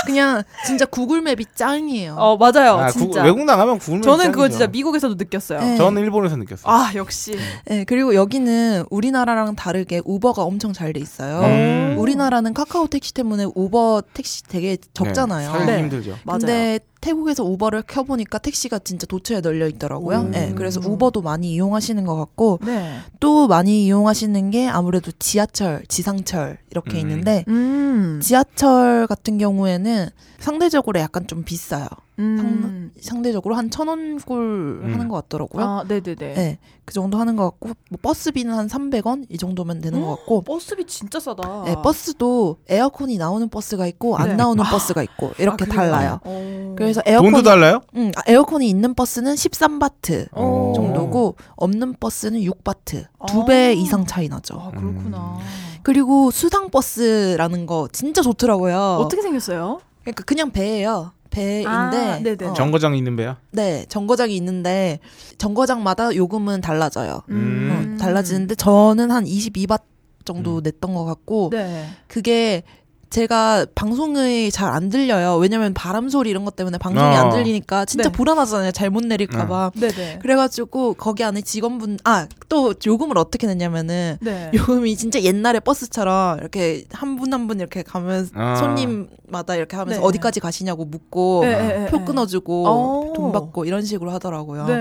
Speaker 3: 그냥 진짜 구글맵이 짱이에요.
Speaker 4: 어 맞아요.
Speaker 2: 아, 구,
Speaker 4: 진짜.
Speaker 2: 외국 나가면 구글
Speaker 4: 저는 그거 진짜 미국에서도 느꼈어요.
Speaker 3: 네.
Speaker 2: 저는 일본에서 느꼈어요.
Speaker 4: 아 역시.
Speaker 3: 네, 그리고 여기는 우리나라랑 다르게 우버가 엄청 잘 돼 있어요.
Speaker 2: 음.
Speaker 3: 우리나라는 카카오 택시 때문에 우버 택시 되게 적잖아요.
Speaker 2: 네, 살기
Speaker 4: 네.
Speaker 2: 힘들죠.
Speaker 4: 맞아요.
Speaker 3: 근데 태국에서 우버를 켜보니까 택시가 진짜 도처에 널려 있더라고요.
Speaker 2: 오.
Speaker 3: 네, 그래서 우버도 많이 이용하시는 것 같고
Speaker 4: 네.
Speaker 3: 또 많이 이용하시는 게 아무래도 지하철, 지상철 이렇게
Speaker 2: 음.
Speaker 3: 있는데
Speaker 4: 음.
Speaker 3: 지하철 같은 경우에는 상대적으로 약간 좀 비싸요.
Speaker 4: 음.
Speaker 3: 상대적으로 한 천 원꼴
Speaker 2: 음.
Speaker 3: 하는 것 같더라고요.
Speaker 4: 아 네네네.
Speaker 3: 네, 그 정도 하는 것 같고 뭐 버스비는 한 300원 이 정도면 되는 것 같고
Speaker 4: 버스비 진짜 싸다.
Speaker 3: 네, 버스도 에어컨이 나오는 버스가 있고 안
Speaker 4: 아. 네.
Speaker 3: 나오는 버스가 있고 이렇게
Speaker 4: 아, 그래요?
Speaker 3: 달라요.
Speaker 4: 어.
Speaker 3: 그래서
Speaker 2: 돈도
Speaker 3: 에어컨이,
Speaker 2: 달라요?
Speaker 3: 음, 아, 에어컨이 있는 버스는 13바트
Speaker 4: 어.
Speaker 3: 정도고 없는 버스는 6바트
Speaker 4: 아.
Speaker 3: 두 배 이상 차이 나죠.
Speaker 4: 아 그렇구나.
Speaker 3: 그리고 수상 버스라는 거 진짜 좋더라고요.
Speaker 4: 어떻게 생겼어요?
Speaker 3: 그러니까 그냥 배예요. 배인데
Speaker 4: 아, 네네.
Speaker 3: 어,
Speaker 2: 정거장 있는 배야?
Speaker 3: 네 정거장이 있는데 정거장마다 요금은 달라져요.
Speaker 2: 음.
Speaker 3: 어,
Speaker 4: 네.
Speaker 3: 달라지는데 저는 한 22밧 정도 냈던 것 같고
Speaker 4: 네.
Speaker 3: 그게 제가 방송이 잘 안 들려요. 왜냐면 바람 소리 이런 것 때문에 방송이
Speaker 2: 어.
Speaker 3: 안 들리니까 진짜
Speaker 4: 네.
Speaker 3: 불안하잖아요. 잘못 내릴까 봐.
Speaker 4: 네네.
Speaker 3: 그래가지고 거기 안에 직원분 아 또 요금을 어떻게 냈냐면은
Speaker 4: 네.
Speaker 3: 요금이 진짜 옛날에 버스처럼 이렇게 한 분 한 분 이렇게 가면서
Speaker 2: 아.
Speaker 3: 손님마다 이렇게 하면서
Speaker 4: 네.
Speaker 3: 어디까지 가시냐고 묻고
Speaker 4: 네, 네, 네,
Speaker 3: 표
Speaker 4: 네.
Speaker 3: 끊어주고
Speaker 4: 어.
Speaker 3: 돈 받고 이런 식으로 하더라고요.
Speaker 4: 네.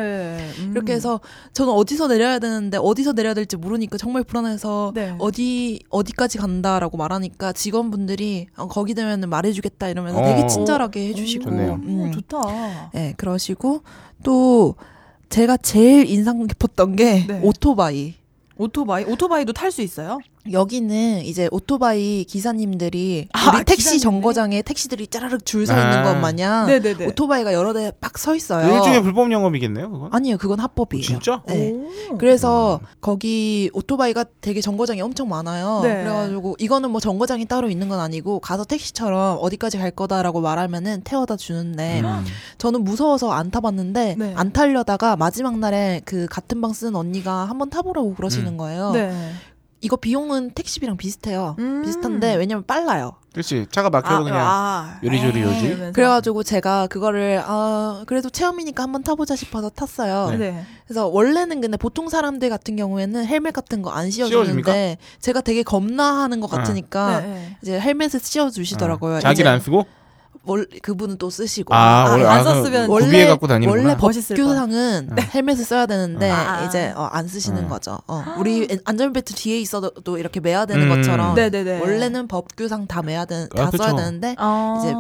Speaker 4: 음.
Speaker 3: 이렇게 해서 저는 어디서 내려야 되는데 어디서 내려야 될지 모르니까 정말 불안해서
Speaker 4: 네.
Speaker 3: 어디 어디까지 간다라고 말하니까 직원분들이 어, 거기 되면은 말해주겠다 이러면
Speaker 2: 어.
Speaker 3: 되게 친절하게 해주시고
Speaker 2: 좋네요.
Speaker 4: 음,
Speaker 3: 음,
Speaker 4: 좋다.
Speaker 3: 네, 그러시고 또 제가 제일 인상 깊었던 게
Speaker 4: 네.
Speaker 3: 오토바이
Speaker 4: 오토바이 오토바이도 탈 수 있어요?
Speaker 3: 여기는 이제 오토바이 기사님들이
Speaker 4: 아,
Speaker 3: 우리 택시
Speaker 4: 기사님들이?
Speaker 3: 정거장에 택시들이 짜라륵 줄 서
Speaker 2: 아.
Speaker 3: 있는 것 마냥
Speaker 4: 네네네.
Speaker 3: 오토바이가 여러 대 빡 서 있어요.
Speaker 2: 그 일종의 불법 영업이겠네요, 그건?
Speaker 3: 아니에요, 그건 합법이에요.
Speaker 2: 진짜?
Speaker 3: 네.
Speaker 4: 오.
Speaker 3: 그래서 거기 오토바이가 되게 정거장이 엄청 많아요.
Speaker 4: 네.
Speaker 3: 그래가지고 이거는 뭐 정거장이 따로 있는 건 아니고 가서 택시처럼 어디까지 갈 거다라고 말하면은 태워다 주는데
Speaker 2: 음.
Speaker 3: 저는 무서워서 안 타봤는데
Speaker 4: 네.
Speaker 3: 안 타려다가 마지막 날에 그 같은 방 쓰는 언니가 한번 타보라고 그러시는
Speaker 2: 음.
Speaker 3: 거예요.
Speaker 4: 네.
Speaker 3: 이거 비용은 택시비랑 비슷해요.
Speaker 4: 음.
Speaker 3: 비슷한데 왜냐면 빨라요.
Speaker 2: 그렇지. 차가 음. 막혀도 그냥
Speaker 4: 아,
Speaker 2: 요리조리
Speaker 4: 에이,
Speaker 2: 요지.
Speaker 4: 이러면서.
Speaker 3: 그래가지고 제가 그거를 아 그래도 체험이니까 한번 타보자 싶어서 탔어요.
Speaker 2: 네.
Speaker 4: 네.
Speaker 3: 그래서 원래는 근데 보통 사람들 같은 경우에는 헬멧 같은 거 안 씌워주는데
Speaker 2: 씌워줍니까?
Speaker 3: 제가 되게 겁나하는 것
Speaker 2: 아.
Speaker 3: 같으니까
Speaker 4: 네, 네.
Speaker 3: 이제 헬멧을 씌워주시더라고요.
Speaker 2: 아, 자기를 안 쓰고?
Speaker 3: 원- 그분은 또 쓰시고
Speaker 2: 아,
Speaker 4: 아,
Speaker 2: 원래
Speaker 4: 안
Speaker 2: 아, 그
Speaker 4: 썼으면
Speaker 2: 구비해
Speaker 3: 원래-
Speaker 2: 갖고 다니는구나.
Speaker 3: 원래
Speaker 4: 멋있을 뻔.
Speaker 3: 법규상은
Speaker 2: 음.
Speaker 3: 헬멧을 써야 되는데
Speaker 4: 아, 아.
Speaker 3: 이제 어, 안 쓰시는
Speaker 2: 아.
Speaker 3: 거죠. 어, 우리 안전벨트 뒤에 있어도 이렇게 매야 되는
Speaker 2: 음.
Speaker 3: 것처럼
Speaker 4: 네네네.
Speaker 3: 원래는 법규상 다 매야 되는 다
Speaker 2: 아, 그쵸. 음.
Speaker 3: 써야 되는데
Speaker 4: 아.
Speaker 3: 이제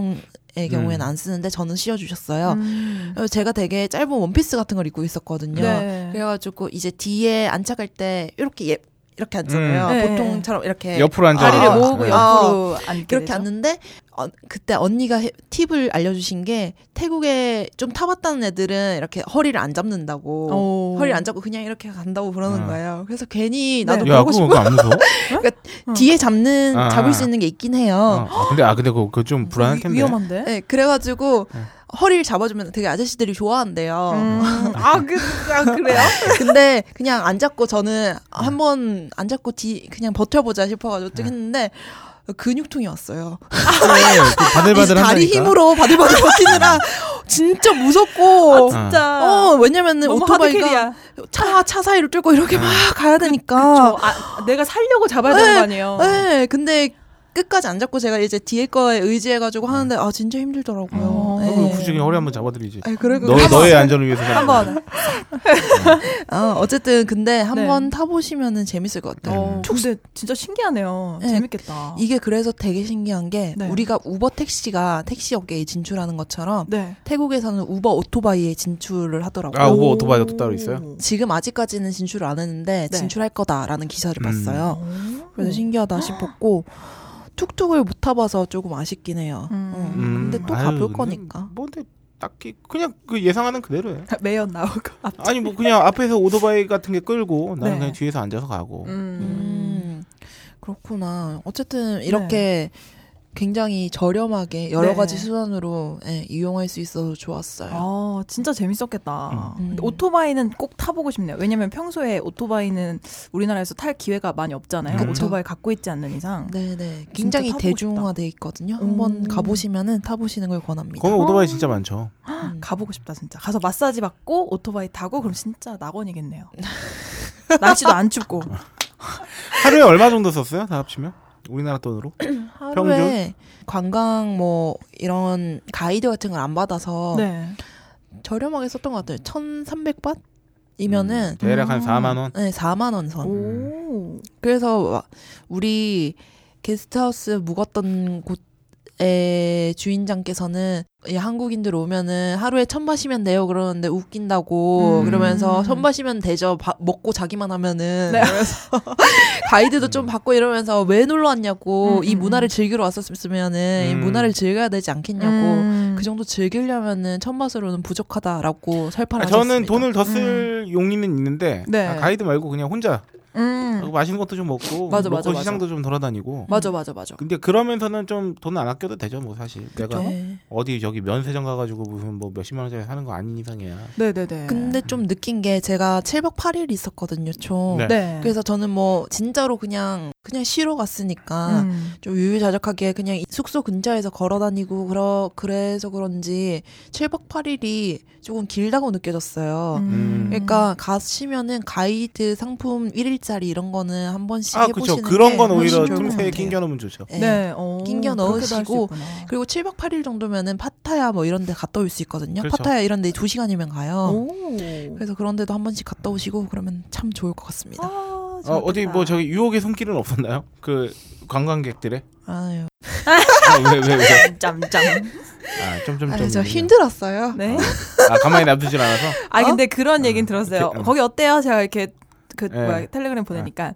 Speaker 3: 보통의 경우에는 안 쓰는데 저는 씌워주셨어요.
Speaker 4: 음.
Speaker 3: 그래서 제가 되게 짧은 원피스 같은 걸 입고 있었거든요.
Speaker 4: 네.
Speaker 3: 그래가지고 이제 뒤에 안착할 때 이렇게 예, 이렇게 앉잖아요.
Speaker 4: 음. 네.
Speaker 3: 보통처럼 이렇게
Speaker 2: 옆으로 그러니까 앉아.
Speaker 4: 다리를
Speaker 3: 아,
Speaker 4: 모으고
Speaker 3: 네.
Speaker 4: 옆으로 앉게
Speaker 3: 그렇게
Speaker 4: 되죠?
Speaker 3: 앉는데 어, 그때 언니가 해- 팁을 알려주신 게 태국에 좀 타봤다는 애들은 이렇게 허리를 안 잡는다고
Speaker 4: 오.
Speaker 3: 허리를 안 잡고 그냥 이렇게 간다고 그러는
Speaker 2: 아.
Speaker 3: 거예요. 그래서 괜히
Speaker 4: 네.
Speaker 3: 나도
Speaker 2: 야, 그거
Speaker 3: 보고 싶고
Speaker 2: 그거 안 무서워?
Speaker 4: 어.
Speaker 3: 뒤에 잡는
Speaker 2: 아,
Speaker 3: 잡을
Speaker 2: 아.
Speaker 3: 수 있는 게 있긴
Speaker 2: 어.
Speaker 3: 해요.
Speaker 2: 아, 근데 아 근데 그거, 그거 좀 불안할
Speaker 4: 위-
Speaker 2: 텐데.
Speaker 4: 위험한데.
Speaker 3: 네, 그래가지고
Speaker 2: 네.
Speaker 3: 허리를 잡아주면 되게 아저씨들이 좋아한대요.
Speaker 4: 음. 아, 그, 아 그래요?
Speaker 3: 근데 그냥 안 잡고 저는 한 번 안 잡고 뒤 그냥 버텨보자 싶어가지고 쭉 했는데 근육통이 왔어요.
Speaker 2: 네, 그
Speaker 3: [laughs] 이
Speaker 2: 바들바들
Speaker 3: 다리
Speaker 2: 한다니까.
Speaker 3: 힘으로 바들바들 버티느라 진짜
Speaker 4: 아,
Speaker 3: 무섭고.
Speaker 4: 진짜.
Speaker 3: 어 왜냐면은
Speaker 4: 너무
Speaker 3: 오토바이가 아.
Speaker 4: 하드캐리야.
Speaker 3: 차 차 사이를
Speaker 2: 아,
Speaker 3: 뚫고 이렇게 막 가야 되니까.
Speaker 4: 저, 아, 내가 살려고 잡아야
Speaker 3: 네,
Speaker 4: 되는 거 아니에요?
Speaker 3: 네, 근데 끝까지 안 잡고 제가 이제 뒤에 거에 의지해가지고 하는데 아 진짜 힘들더라고요.
Speaker 4: 어.
Speaker 3: 네.
Speaker 2: 그럼 굳이 그냥 허리 한번 잡아드리지.
Speaker 3: 아니, 그럴 거
Speaker 2: 너, 너의 안전을 위해서 잡아드리지.
Speaker 4: 한번
Speaker 3: 아, 어쨌든 근데
Speaker 4: 네.
Speaker 3: 한번 타보시면은 재밌을 것 같아요.
Speaker 2: 음.
Speaker 4: 어, 근데 진짜 신기하네요.
Speaker 3: 네.
Speaker 4: 재밌겠다.
Speaker 3: 이게 그래서 되게 신기한 게
Speaker 4: 어. 네.
Speaker 3: 우리가 우버 택시가 택시 업계에 진출하는 것처럼
Speaker 4: 네.
Speaker 3: 태국에서는 우버 오토바이에 진출을 하더라고요.
Speaker 2: 아, 우버 오토바이가 또 따로 있어요?
Speaker 3: 지금 아직까지는 진출을 안
Speaker 4: 네.
Speaker 3: 했는데
Speaker 4: 음.
Speaker 3: 진출할 거다라는 기사를
Speaker 2: 음.
Speaker 3: 봤어요. 그래서 신기하다 싶었고 툭툭을 못 타봐서 조금 아쉽긴 해요.
Speaker 4: 음.
Speaker 3: 어,
Speaker 2: 음,
Speaker 3: 근데 또
Speaker 2: 아유,
Speaker 3: 가볼
Speaker 2: 근데
Speaker 3: 거니까.
Speaker 2: 뭔데 딱히 그냥 그 예상하는 그대로예요.
Speaker 4: 음. 매연 나오고 앞뒤.
Speaker 3: 네.
Speaker 2: 아니 뭐 그냥 앞에서 오토바이 같은 게 끌고 나는
Speaker 4: 네.
Speaker 2: 그냥 뒤에서 앉아서 가고.
Speaker 3: 음, 그렇구나. 어쨌든 이렇게 굉장히 저렴하게 여러
Speaker 4: 네.
Speaker 3: 가지 수단으로 예, 이용할 수 있어서 좋았어요.
Speaker 4: 아 진짜 재밌었겠다.
Speaker 3: 음.
Speaker 4: 근데 오토바이는 꼭 타보고 싶네요. 왜냐면 평소에 오토바이는 우리나라에서 탈 기회가 많이 없잖아요.
Speaker 2: 그쵸.
Speaker 4: 오토바이 갖고 있지 않는 이상.
Speaker 3: 그렇죠. 네네. 굉장히
Speaker 4: 타보고
Speaker 3: 대중화돼 있거든요.
Speaker 4: 음.
Speaker 3: 한번 가보시면은 타보시는 걸 권합니다.
Speaker 2: 거기 오토바이 진짜 많죠.
Speaker 3: 음.
Speaker 4: 가보고 싶다 진짜. 가서 마사지 받고 오토바이 타고 그럼 진짜
Speaker 3: [laughs]
Speaker 4: 낙원이겠네요. 날씨도 안 춥고.
Speaker 2: 하루에 얼마 정도 썼어요? 다 합치면? 우리나라 돈으로?
Speaker 3: 하루에 관광 뭐 이런 가이드 같은 걸 안 받아서
Speaker 4: 네.
Speaker 3: 저렴하게 썼던 것 같아요. 1,300밭?
Speaker 2: 음,
Speaker 3: 이면은
Speaker 2: 대략 한
Speaker 4: 음.
Speaker 2: 4만 원.
Speaker 3: 네, 4만 원 선.
Speaker 4: 오.
Speaker 3: 그래서 와- 우리 게스트하우스 묵었던 곳의 주인장께서는 예, 한국인들 오면은 하루에 천 마시면 돼요 그러는데 웃긴다고
Speaker 4: 음.
Speaker 3: 그러면서 천 마시면 되죠 바- 먹고 자기만 하면은
Speaker 4: 네.
Speaker 3: 가이드도 좀 받고 이러면서 왜 놀러 왔냐고
Speaker 4: 음,
Speaker 3: 이
Speaker 4: 음,
Speaker 3: 문화를 즐기러 왔었으면은 이
Speaker 2: 음.
Speaker 3: 문화를 즐겨야 되지 않겠냐고
Speaker 4: 음.
Speaker 3: 그 정도 즐기려면은 천 맛으로는 부족하다라고
Speaker 2: 아,
Speaker 3: 설파하셨습니다. 음.
Speaker 2: 저는 돈을 더 쓸 용의는 있는데
Speaker 4: 네.
Speaker 2: 아, 가이드 말고 그냥 혼자
Speaker 3: 어.
Speaker 4: 음.
Speaker 2: 맛있는 것도 좀 먹고
Speaker 3: 맞아,
Speaker 2: 로컬
Speaker 3: 맞아, 맞아.
Speaker 2: 시장도 좀 돌아다니고
Speaker 3: 음. 맞아 맞아 맞아.
Speaker 2: 근데 그러면서는 좀 돈 안 아껴도 되죠 뭐 사실 내가
Speaker 3: 네.
Speaker 2: 어디 저기 면세점 가가지고 무슨 뭐 몇십만 원짜리 사는 거 아닌 이상이야
Speaker 4: 네네네.
Speaker 3: 근데 좀 느낀 게 제가 7박 8일 있었거든요, 총.
Speaker 2: 네.
Speaker 4: 네.
Speaker 3: 그래서 저는 뭐 진짜로 그냥 그냥 쉬러 갔으니까
Speaker 4: 음.
Speaker 3: 좀 유유자적하게 그냥 이 숙소 근처에서 걸어 다니고 그러 그래서 그런지 7박 8일이 조금 길다고 느껴졌어요.
Speaker 2: 음.
Speaker 3: 그러니까 가시면은 가이드 상품 1일짜리 이런 거는 한 번씩
Speaker 2: 아
Speaker 3: 해보시는
Speaker 2: 그쵸 그런
Speaker 3: 게
Speaker 2: 건 오히려
Speaker 3: 훨씬 좋을 것
Speaker 2: 틈새에
Speaker 3: 같아요.
Speaker 2: 낑겨 놓으면 좋죠
Speaker 3: 예.
Speaker 4: 네. 어,
Speaker 3: 낑겨
Speaker 4: 그렇게도 할수
Speaker 3: 넣으시고
Speaker 4: 있구나.
Speaker 3: 그리고 7박 8일 정도면은 파타야 뭐 이런 데 갔다 올 수 있거든요.
Speaker 2: 그렇죠.
Speaker 3: 파타야 이런 데 2시간이면 가요.
Speaker 4: 오.
Speaker 3: 그래서 그런 데도 한 번씩 갔다 오시고 그러면 참 좋을 것 같습니다.
Speaker 4: 아,
Speaker 3: 네,
Speaker 2: 어, 어디 뭐 저기 유혹의 손길은 없었나요 그 관광객들의
Speaker 3: 아유.
Speaker 2: 왜왜왜아좀좀좀
Speaker 4: 짬짬.
Speaker 3: 아유, 저 힘들었어요.
Speaker 4: 네.
Speaker 2: 아 가만히 놔두질 않아서
Speaker 4: 아 근데 그런 얘긴
Speaker 2: 어,
Speaker 4: 들었어요.
Speaker 2: 이렇게, 어.
Speaker 4: 거기 어때요? 제가 이렇게 그
Speaker 2: 예.
Speaker 4: 뭐야 텔레그램 보내니까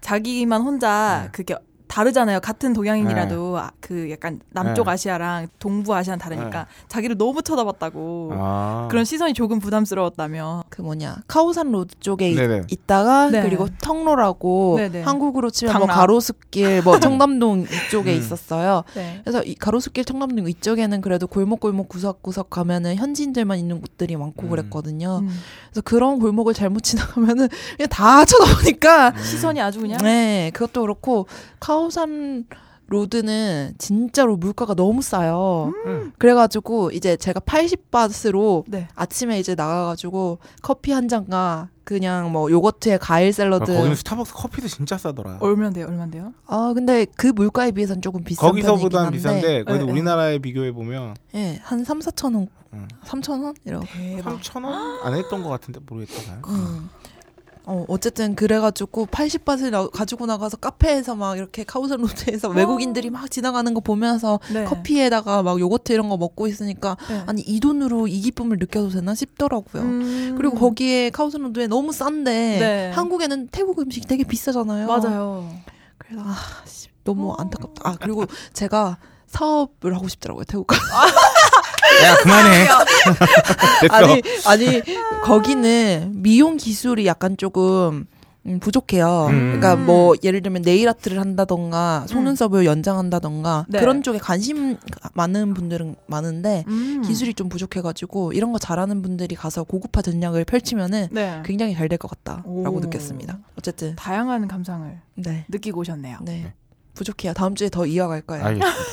Speaker 4: 자기만 혼자
Speaker 2: 예.
Speaker 4: 그게 다르잖아요. 같은 동양인이라도 아, 그 약간 남쪽
Speaker 2: 예.
Speaker 4: 아시아랑 동부 아시아는 다르니까 자기를 너무
Speaker 3: 어,
Speaker 4: 쳐다봤다고
Speaker 2: 아
Speaker 4: 그런 시선이 조금 부담스러웠다며.
Speaker 3: 그 뭐냐 카오산 로드 쪽에 있-
Speaker 2: 네네.
Speaker 3: 있다가
Speaker 4: 네.
Speaker 3: 그리고 턱로라고
Speaker 4: 네네.
Speaker 3: 한국으로 치면 뭐
Speaker 4: 강남.
Speaker 3: 가로수길
Speaker 2: [laughs]
Speaker 3: 뭐 청담동 이쪽에
Speaker 2: 음.
Speaker 3: 있었어요.
Speaker 4: 네.
Speaker 3: 그래서 이 가로수길 청담동 이쪽에는 그래도 골목골목 구석구석 가면은 현지인들만 있는 곳들이 많고
Speaker 2: 음.
Speaker 3: 그랬거든요.
Speaker 4: 음.
Speaker 3: 그래서 그런 골목을 잘못 [laughs] 지나가면은 그냥 다 쳐다보니까
Speaker 4: 시선이 아주 그냥
Speaker 2: 예.
Speaker 3: 네 그것도 그렇고 카오산 로드는 진짜로 물가가 너무 싸요.
Speaker 2: 음.
Speaker 3: 그래가지고 이제 제가 80바스로
Speaker 4: 네.
Speaker 3: 아침에 이제 나가가지고 커피 한 잔과 그냥 뭐 요거트에 과일
Speaker 2: 아,
Speaker 3: 샐러드.
Speaker 2: 거기는 스타벅스 커피도 진짜 싸더라
Speaker 4: 얼마인데요? 얼마인데요?
Speaker 3: 아 근데 그 물가에 비해선 조금 어, 비싼
Speaker 2: 거기서보단
Speaker 3: 편이긴 어,
Speaker 2: 비싼데 그래도
Speaker 4: 네,
Speaker 2: 우리나라에 비교해 보면
Speaker 3: 예, 한 3, 4천 원,
Speaker 2: 음.
Speaker 3: 3천 원 이라고.
Speaker 4: 대박.
Speaker 2: 3천 원 안 했던 것 같은데 모르겠다.
Speaker 3: 음. 어 어쨌든 그래가지고 80바스 나, 가지고 나가서 카페에서 막 이렇게 카우산 로드에서 외국인들이 막 지나가는 거 보면서
Speaker 4: 어. 네.
Speaker 3: 커피에다가 막 요거트 이런 거 먹고 있으니까
Speaker 4: 네.
Speaker 3: 아니 이 돈으로 이 기쁨을 느껴도 되나 싶더라고요.
Speaker 4: 음.
Speaker 3: 그리고 거기에 카오산 로드에 너무 싼데
Speaker 4: 네.
Speaker 3: 한국에는 태국 음식 되게 비싸잖아요.
Speaker 4: 맞아요. 음.
Speaker 3: 그래서 아 씨, 너무 안타깝다. 아 그리고 제가 사업을 하고 싶더라고요 태국.
Speaker 2: 야 그만해. [laughs] 됐어.
Speaker 3: 아니 아니 거기는 미용 기술이 약간 조금 음, 부족해요.
Speaker 2: 음.
Speaker 3: 그러니까 뭐 예를 들면 네일 아트를 한다던가 속눈썹을 연장한다던가
Speaker 4: 음. 네.
Speaker 3: 그런 쪽에 관심 많은 분들은 많은데
Speaker 4: 음.
Speaker 3: 기술이 좀 부족해가지고 이런 거 잘하는 분들이 가서 고급화 전략을 펼치면은
Speaker 4: 네.
Speaker 3: 굉장히 잘 될 것 같다라고
Speaker 4: 오.
Speaker 3: 느꼈습니다. 어쨌든
Speaker 4: 다양한 감상을
Speaker 3: 네
Speaker 4: 느끼고 오셨네요.
Speaker 3: 네. 부족해요. 다음 주에 더 이어갈 거예요.
Speaker 2: 알겠습니다.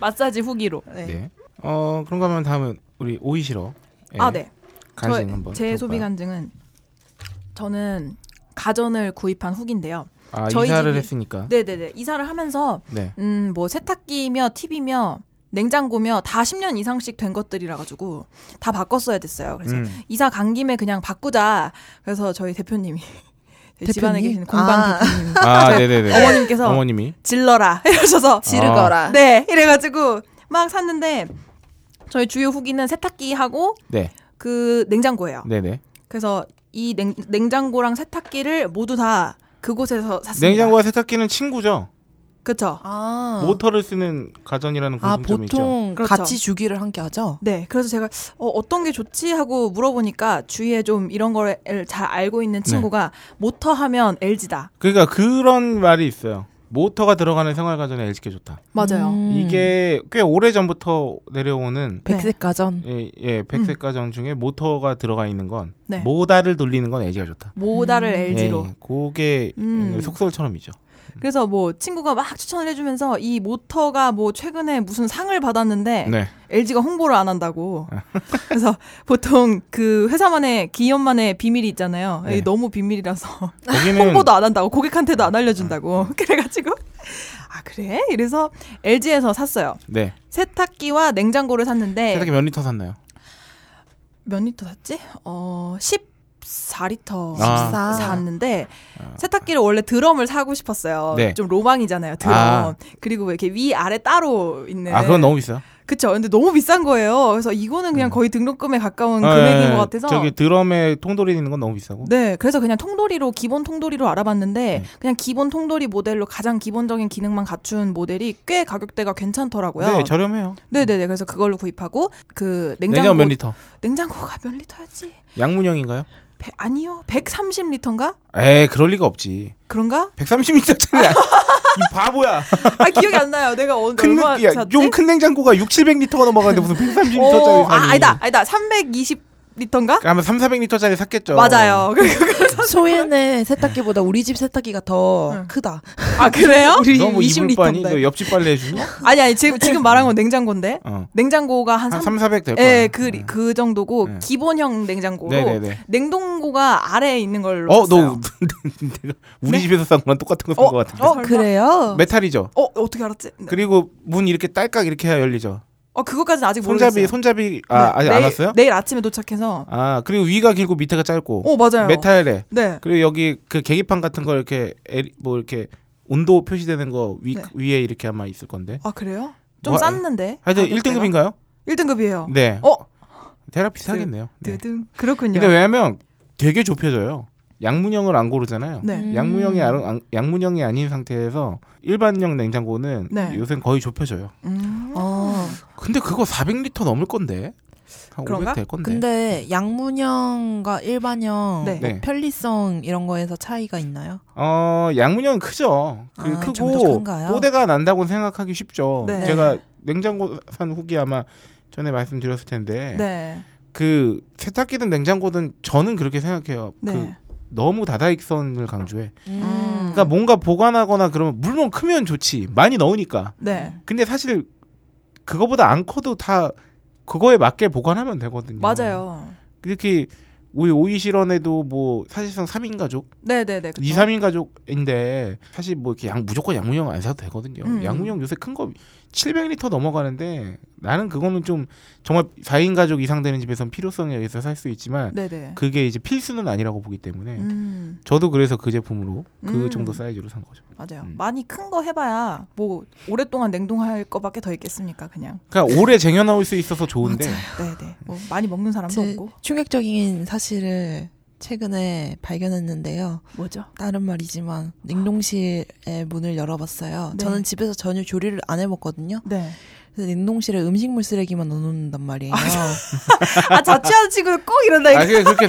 Speaker 4: 마사지 후기로.
Speaker 3: 네.
Speaker 2: 네. 어 그런가 하면 다음은 우리 오이시러. 예,
Speaker 4: 아, 네.
Speaker 2: 간식
Speaker 4: 저-
Speaker 2: 한번.
Speaker 4: 제
Speaker 2: 해볼까요?
Speaker 4: 소비 간증은 저는 가전을 구입한 후기인데요.
Speaker 2: 아
Speaker 4: 저희
Speaker 2: 이사를
Speaker 4: 집이-
Speaker 2: 했으니까.
Speaker 4: 네네네. 이사를 하면서
Speaker 2: 네.
Speaker 4: 음 뭐 세탁기며 TV며 냉장고며 다 10년 이상씩 된 것들이라 가지고 다 바꿨어야 됐어요. 그래서 [laughs]
Speaker 2: 음.
Speaker 4: 이사 간 김에 그냥 바꾸자. 그래서 저희 대표님이 [laughs] 저희 집안에
Speaker 3: 대표님?
Speaker 4: 계신 공방
Speaker 3: 아.
Speaker 4: 대표님
Speaker 2: 아 네네네. 아.
Speaker 4: 어머님께서
Speaker 2: 어머님이
Speaker 4: 질러라 [laughs] 이러셔서
Speaker 3: 지르거라.
Speaker 4: 네 이래가지고 막 샀는데 저희 주요 후기는 세탁기하고
Speaker 2: 네
Speaker 4: 그 냉장고예요.
Speaker 2: 네네.
Speaker 4: 그래서 이 냉, 냉장고랑 세탁기를 모두 다 그곳에서 샀습니다.
Speaker 2: 냉장고와 세탁기는 친구죠.
Speaker 4: 그렇죠.
Speaker 3: 아,
Speaker 2: 모터를 쓰는 가전이라는
Speaker 3: 아
Speaker 2: 공통점이 있죠.
Speaker 3: 보통
Speaker 4: 그렇죠.
Speaker 3: 같이 주기를 함께 하죠.
Speaker 4: 네, 그래서 제가 어, 어떤 게 좋지 하고 물어보니까 주위에 좀 이런 거를 잘 알고 있는
Speaker 2: 네.
Speaker 4: 친구가 모터 하면 LG다.
Speaker 2: 그러니까 그런 말이 있어요. 모터가 들어가는 생활 가전에 LG께 좋다.
Speaker 3: 음, 네.
Speaker 2: 이게 꽤 오래 전부터 내려오는
Speaker 3: 백색
Speaker 4: 음.
Speaker 3: 가전.
Speaker 2: 예, 예 백색 가전 중에 모터가 들어가 있는 건
Speaker 4: 네.
Speaker 2: 모다를 돌리는 건 LG가 좋다.
Speaker 4: 모다를
Speaker 3: 음.
Speaker 4: LG로.
Speaker 2: 예, 그게
Speaker 4: 음.
Speaker 2: 속설처럼이죠.
Speaker 4: 그래서 뭐 친구가 막 추천을 해주면서 이 모터가 뭐 최근에 무슨 상을 받았는데
Speaker 2: 네.
Speaker 4: [laughs]
Speaker 2: 아.
Speaker 4: LG가 홍보를 안 한다고. 그래서 보통 그 회사만의 기업만의 비밀이 있잖아요.
Speaker 2: 네.
Speaker 4: 이게 너무 비밀이라서
Speaker 2: 거기는
Speaker 4: 홍보도 안 한다고 고객한테도 안 알려준다고. [laughs] 그래가지고 아 그래? 이래서 LG에서 샀어요.
Speaker 2: 네.
Speaker 4: 세탁기와 냉장고를 샀는데
Speaker 2: 세탁기 몇 리터 샀나요?
Speaker 4: 몇 리터 샀지? 어 14리터
Speaker 2: 아.
Speaker 3: 14.
Speaker 4: 샀는데
Speaker 2: 아.
Speaker 4: 세탁기를 원래 드럼을 사고 싶었어요.
Speaker 2: 네.
Speaker 4: 좀 로망이잖아요. 드럼.
Speaker 2: 아.
Speaker 4: 그리고 왜 이렇게 위 아래 따로 있는.
Speaker 2: 아 그건 너무 비싸.
Speaker 4: 그쵸. 근데 너무 비싼 거예요. 그래서 이거는 그냥
Speaker 2: 네.
Speaker 4: 거의 등록금에 가까운 금액인 것 같아서.
Speaker 2: 예, 저기 드럼에 통돌이 있는 건 너무 비싸고.
Speaker 4: 네, 그래서 그냥 통돌이로 기본 통돌이로 알아봤는데
Speaker 2: 네.
Speaker 4: 그냥 기본 통돌이 모델로 가장 기본적인 기능만 갖춘 모델이 꽤 가격대가 괜찮더라고요.
Speaker 2: 네, 저렴해요.
Speaker 4: 네, 네, 네. 그래서 그걸로 구입하고 그 냉장고
Speaker 2: 냉장고 몇 리터?
Speaker 4: 냉장고가 몇 리터였지?
Speaker 2: 양문형인가요?
Speaker 4: 백- 아니요, 130리터인가?
Speaker 2: 에 그럴 리가 없지.
Speaker 4: 그런가?
Speaker 2: 130리터짜리
Speaker 4: [laughs]
Speaker 2: 아니- 이 바보야.
Speaker 4: 아 기억이 안 나요. 내가 어,
Speaker 2: 큰
Speaker 4: 얼마
Speaker 2: 냉- 야,
Speaker 4: 샀지?
Speaker 2: 좀큰 냉장고가 6, 700리터가 넘어가는데 무슨 130리터짜리
Speaker 4: 어, 아, 아니다, 아니다. 320리터인가?
Speaker 2: 아마 3, 400리터짜리 샀겠죠.
Speaker 4: 맞아요.
Speaker 2: 네.
Speaker 4: 그리고-
Speaker 3: 소엔의 세탁기보다 우리 집 세탁기가 더
Speaker 4: 응.
Speaker 3: 크다.
Speaker 4: 아 그래요?
Speaker 3: 우리
Speaker 2: 너뭐 이불 빠니?
Speaker 3: 20리터인데.
Speaker 2: 너 옆집 빨래 해주니?
Speaker 4: 아니 아니 지금 지금 말한 건 냉장고인데
Speaker 2: 어.
Speaker 4: 냉장고가 한
Speaker 2: 한
Speaker 4: 3.
Speaker 2: 3, 400 될 거야.
Speaker 4: 예, 그, 리- 그 정도고,
Speaker 2: 네.
Speaker 4: 기본형 냉장고로,
Speaker 2: 네네네.
Speaker 4: 냉동고가 아래에 있는 걸로.
Speaker 2: 어, 너
Speaker 4: 샀어요.
Speaker 2: [laughs]
Speaker 4: 네?
Speaker 2: 내가 우리 집에서 산 거랑 똑같은 거 산 거 같은데.
Speaker 4: 어,
Speaker 3: 어, 그래요?
Speaker 2: 메탈이죠.
Speaker 4: 어, 어떻게 알았지? 네.
Speaker 2: 그리고 문 이렇게 딸깍 이렇게 해야 열리죠.
Speaker 4: 어, 그거까지는 아직
Speaker 2: 손잡이
Speaker 4: 모르겠어요.
Speaker 2: 손잡이 아
Speaker 4: 네,
Speaker 2: 아직 안
Speaker 4: 내일-
Speaker 2: 왔어요?
Speaker 4: 내일 아침에 도착해서.
Speaker 2: 아 그리고 위가 길고 밑에가 짧고
Speaker 4: 어, 맞아요.
Speaker 2: 메탈에
Speaker 4: 네.
Speaker 2: 그리고 여기 그 계기판 같은 거 이렇게 에- 뭐 이렇게 온도 표시되는 거 위
Speaker 4: 네.
Speaker 2: 위에 이렇게 아마 있을 건데.
Speaker 4: 아, 그래요? 좀
Speaker 2: 뭐,
Speaker 4: 쌌는데.
Speaker 2: 하여튼 1등급인가요?
Speaker 4: 1등급이에요.
Speaker 2: 네.
Speaker 4: 아, 어?
Speaker 2: 대략 비슷하겠네요. 네.
Speaker 4: 드등. 그렇군요.
Speaker 2: 근데 왜냐면 되게 좁혀져요. 양문형을 안 고르잖아요.
Speaker 4: 네.
Speaker 3: 음.
Speaker 2: 양문형이 안- 안- 양문형이 아닌 상태에서 일반형 냉장고는
Speaker 4: 네.
Speaker 2: 요새 거의 좁혀져요.
Speaker 4: 음.
Speaker 3: 어.
Speaker 2: 근데 그거 400리터 넘을 건데 한
Speaker 4: 그런가?
Speaker 2: 500 될 건데.
Speaker 3: 근데 양문형과 일반형
Speaker 4: 네.
Speaker 3: 뭐
Speaker 2: 네.
Speaker 3: 편리성 이런 거에서 차이가 있나요?
Speaker 2: 어 양문형은 크죠. 그
Speaker 3: 아, 좀 더
Speaker 2: 크고
Speaker 3: 큰가요?
Speaker 2: 뽀대가 난다고 생각하기 쉽죠.
Speaker 4: 네.
Speaker 2: 제가 냉장고 산 후기 아마 전에 말씀드렸을 텐데
Speaker 4: 네.
Speaker 2: 그 세탁기든 냉장고든 저는 그렇게 생각해요.
Speaker 4: 네.
Speaker 2: 그 너무 다다익선을 강조해.
Speaker 4: 음.
Speaker 2: 그러니까 뭔가 보관하거나 그러면 물론 크면 좋지 많이 넣으니까.
Speaker 4: 네.
Speaker 2: 근데 사실 그거보다 안 커도 다 그거에 맞게 보관하면 되거든요.
Speaker 4: 맞아요.
Speaker 2: 이렇게 우리 오이시런에도 뭐 사실상 3인 가족,
Speaker 4: 네, 네, 네. 그쵸.
Speaker 2: 2, 3인 가족인데 사실 뭐 이렇게 양 무조건 양문형 안 사도 되거든요.
Speaker 4: 음.
Speaker 2: 양문형 요새 큰 거 700리터 넘어가는데 나는 그거는 좀 정말 4인 가족 이상 되는 집에선 필요성에 의해서 살 수 있지만
Speaker 4: 네, 네.
Speaker 2: 그게 이제 필수는 아니라고 보기 때문에
Speaker 4: 음.
Speaker 2: 저도 그래서 그 제품으로 그
Speaker 4: 음.
Speaker 2: 정도 사이즈로 산 거죠.
Speaker 4: 맞아요.
Speaker 2: 음.
Speaker 4: 많이 큰 거 해봐야 뭐 오랫동안 냉동할 거밖에 더 있겠습니까? 그냥.
Speaker 2: 그러니까 오래 쟁여놓을 수 있어서 좋은데
Speaker 4: 네, 네. 뭐 많이 먹는 사람도
Speaker 3: 제
Speaker 4: 없고.
Speaker 3: 충격적인 사실을 최근에 발견했는데요.
Speaker 4: 뭐죠?
Speaker 3: 다른 말이지만 냉동실의 문을 열어봤어요.
Speaker 4: 네.
Speaker 3: 저는 집에서 전혀 조리를 안 해먹거든요.
Speaker 4: 네.
Speaker 3: 그래서 냉동실에 음식물 쓰레기만 넣어놓는단 말이에요.
Speaker 4: 아 자취하는 친구는 꼭 이런다.
Speaker 2: 아
Speaker 4: 이거.
Speaker 2: 그게 그렇게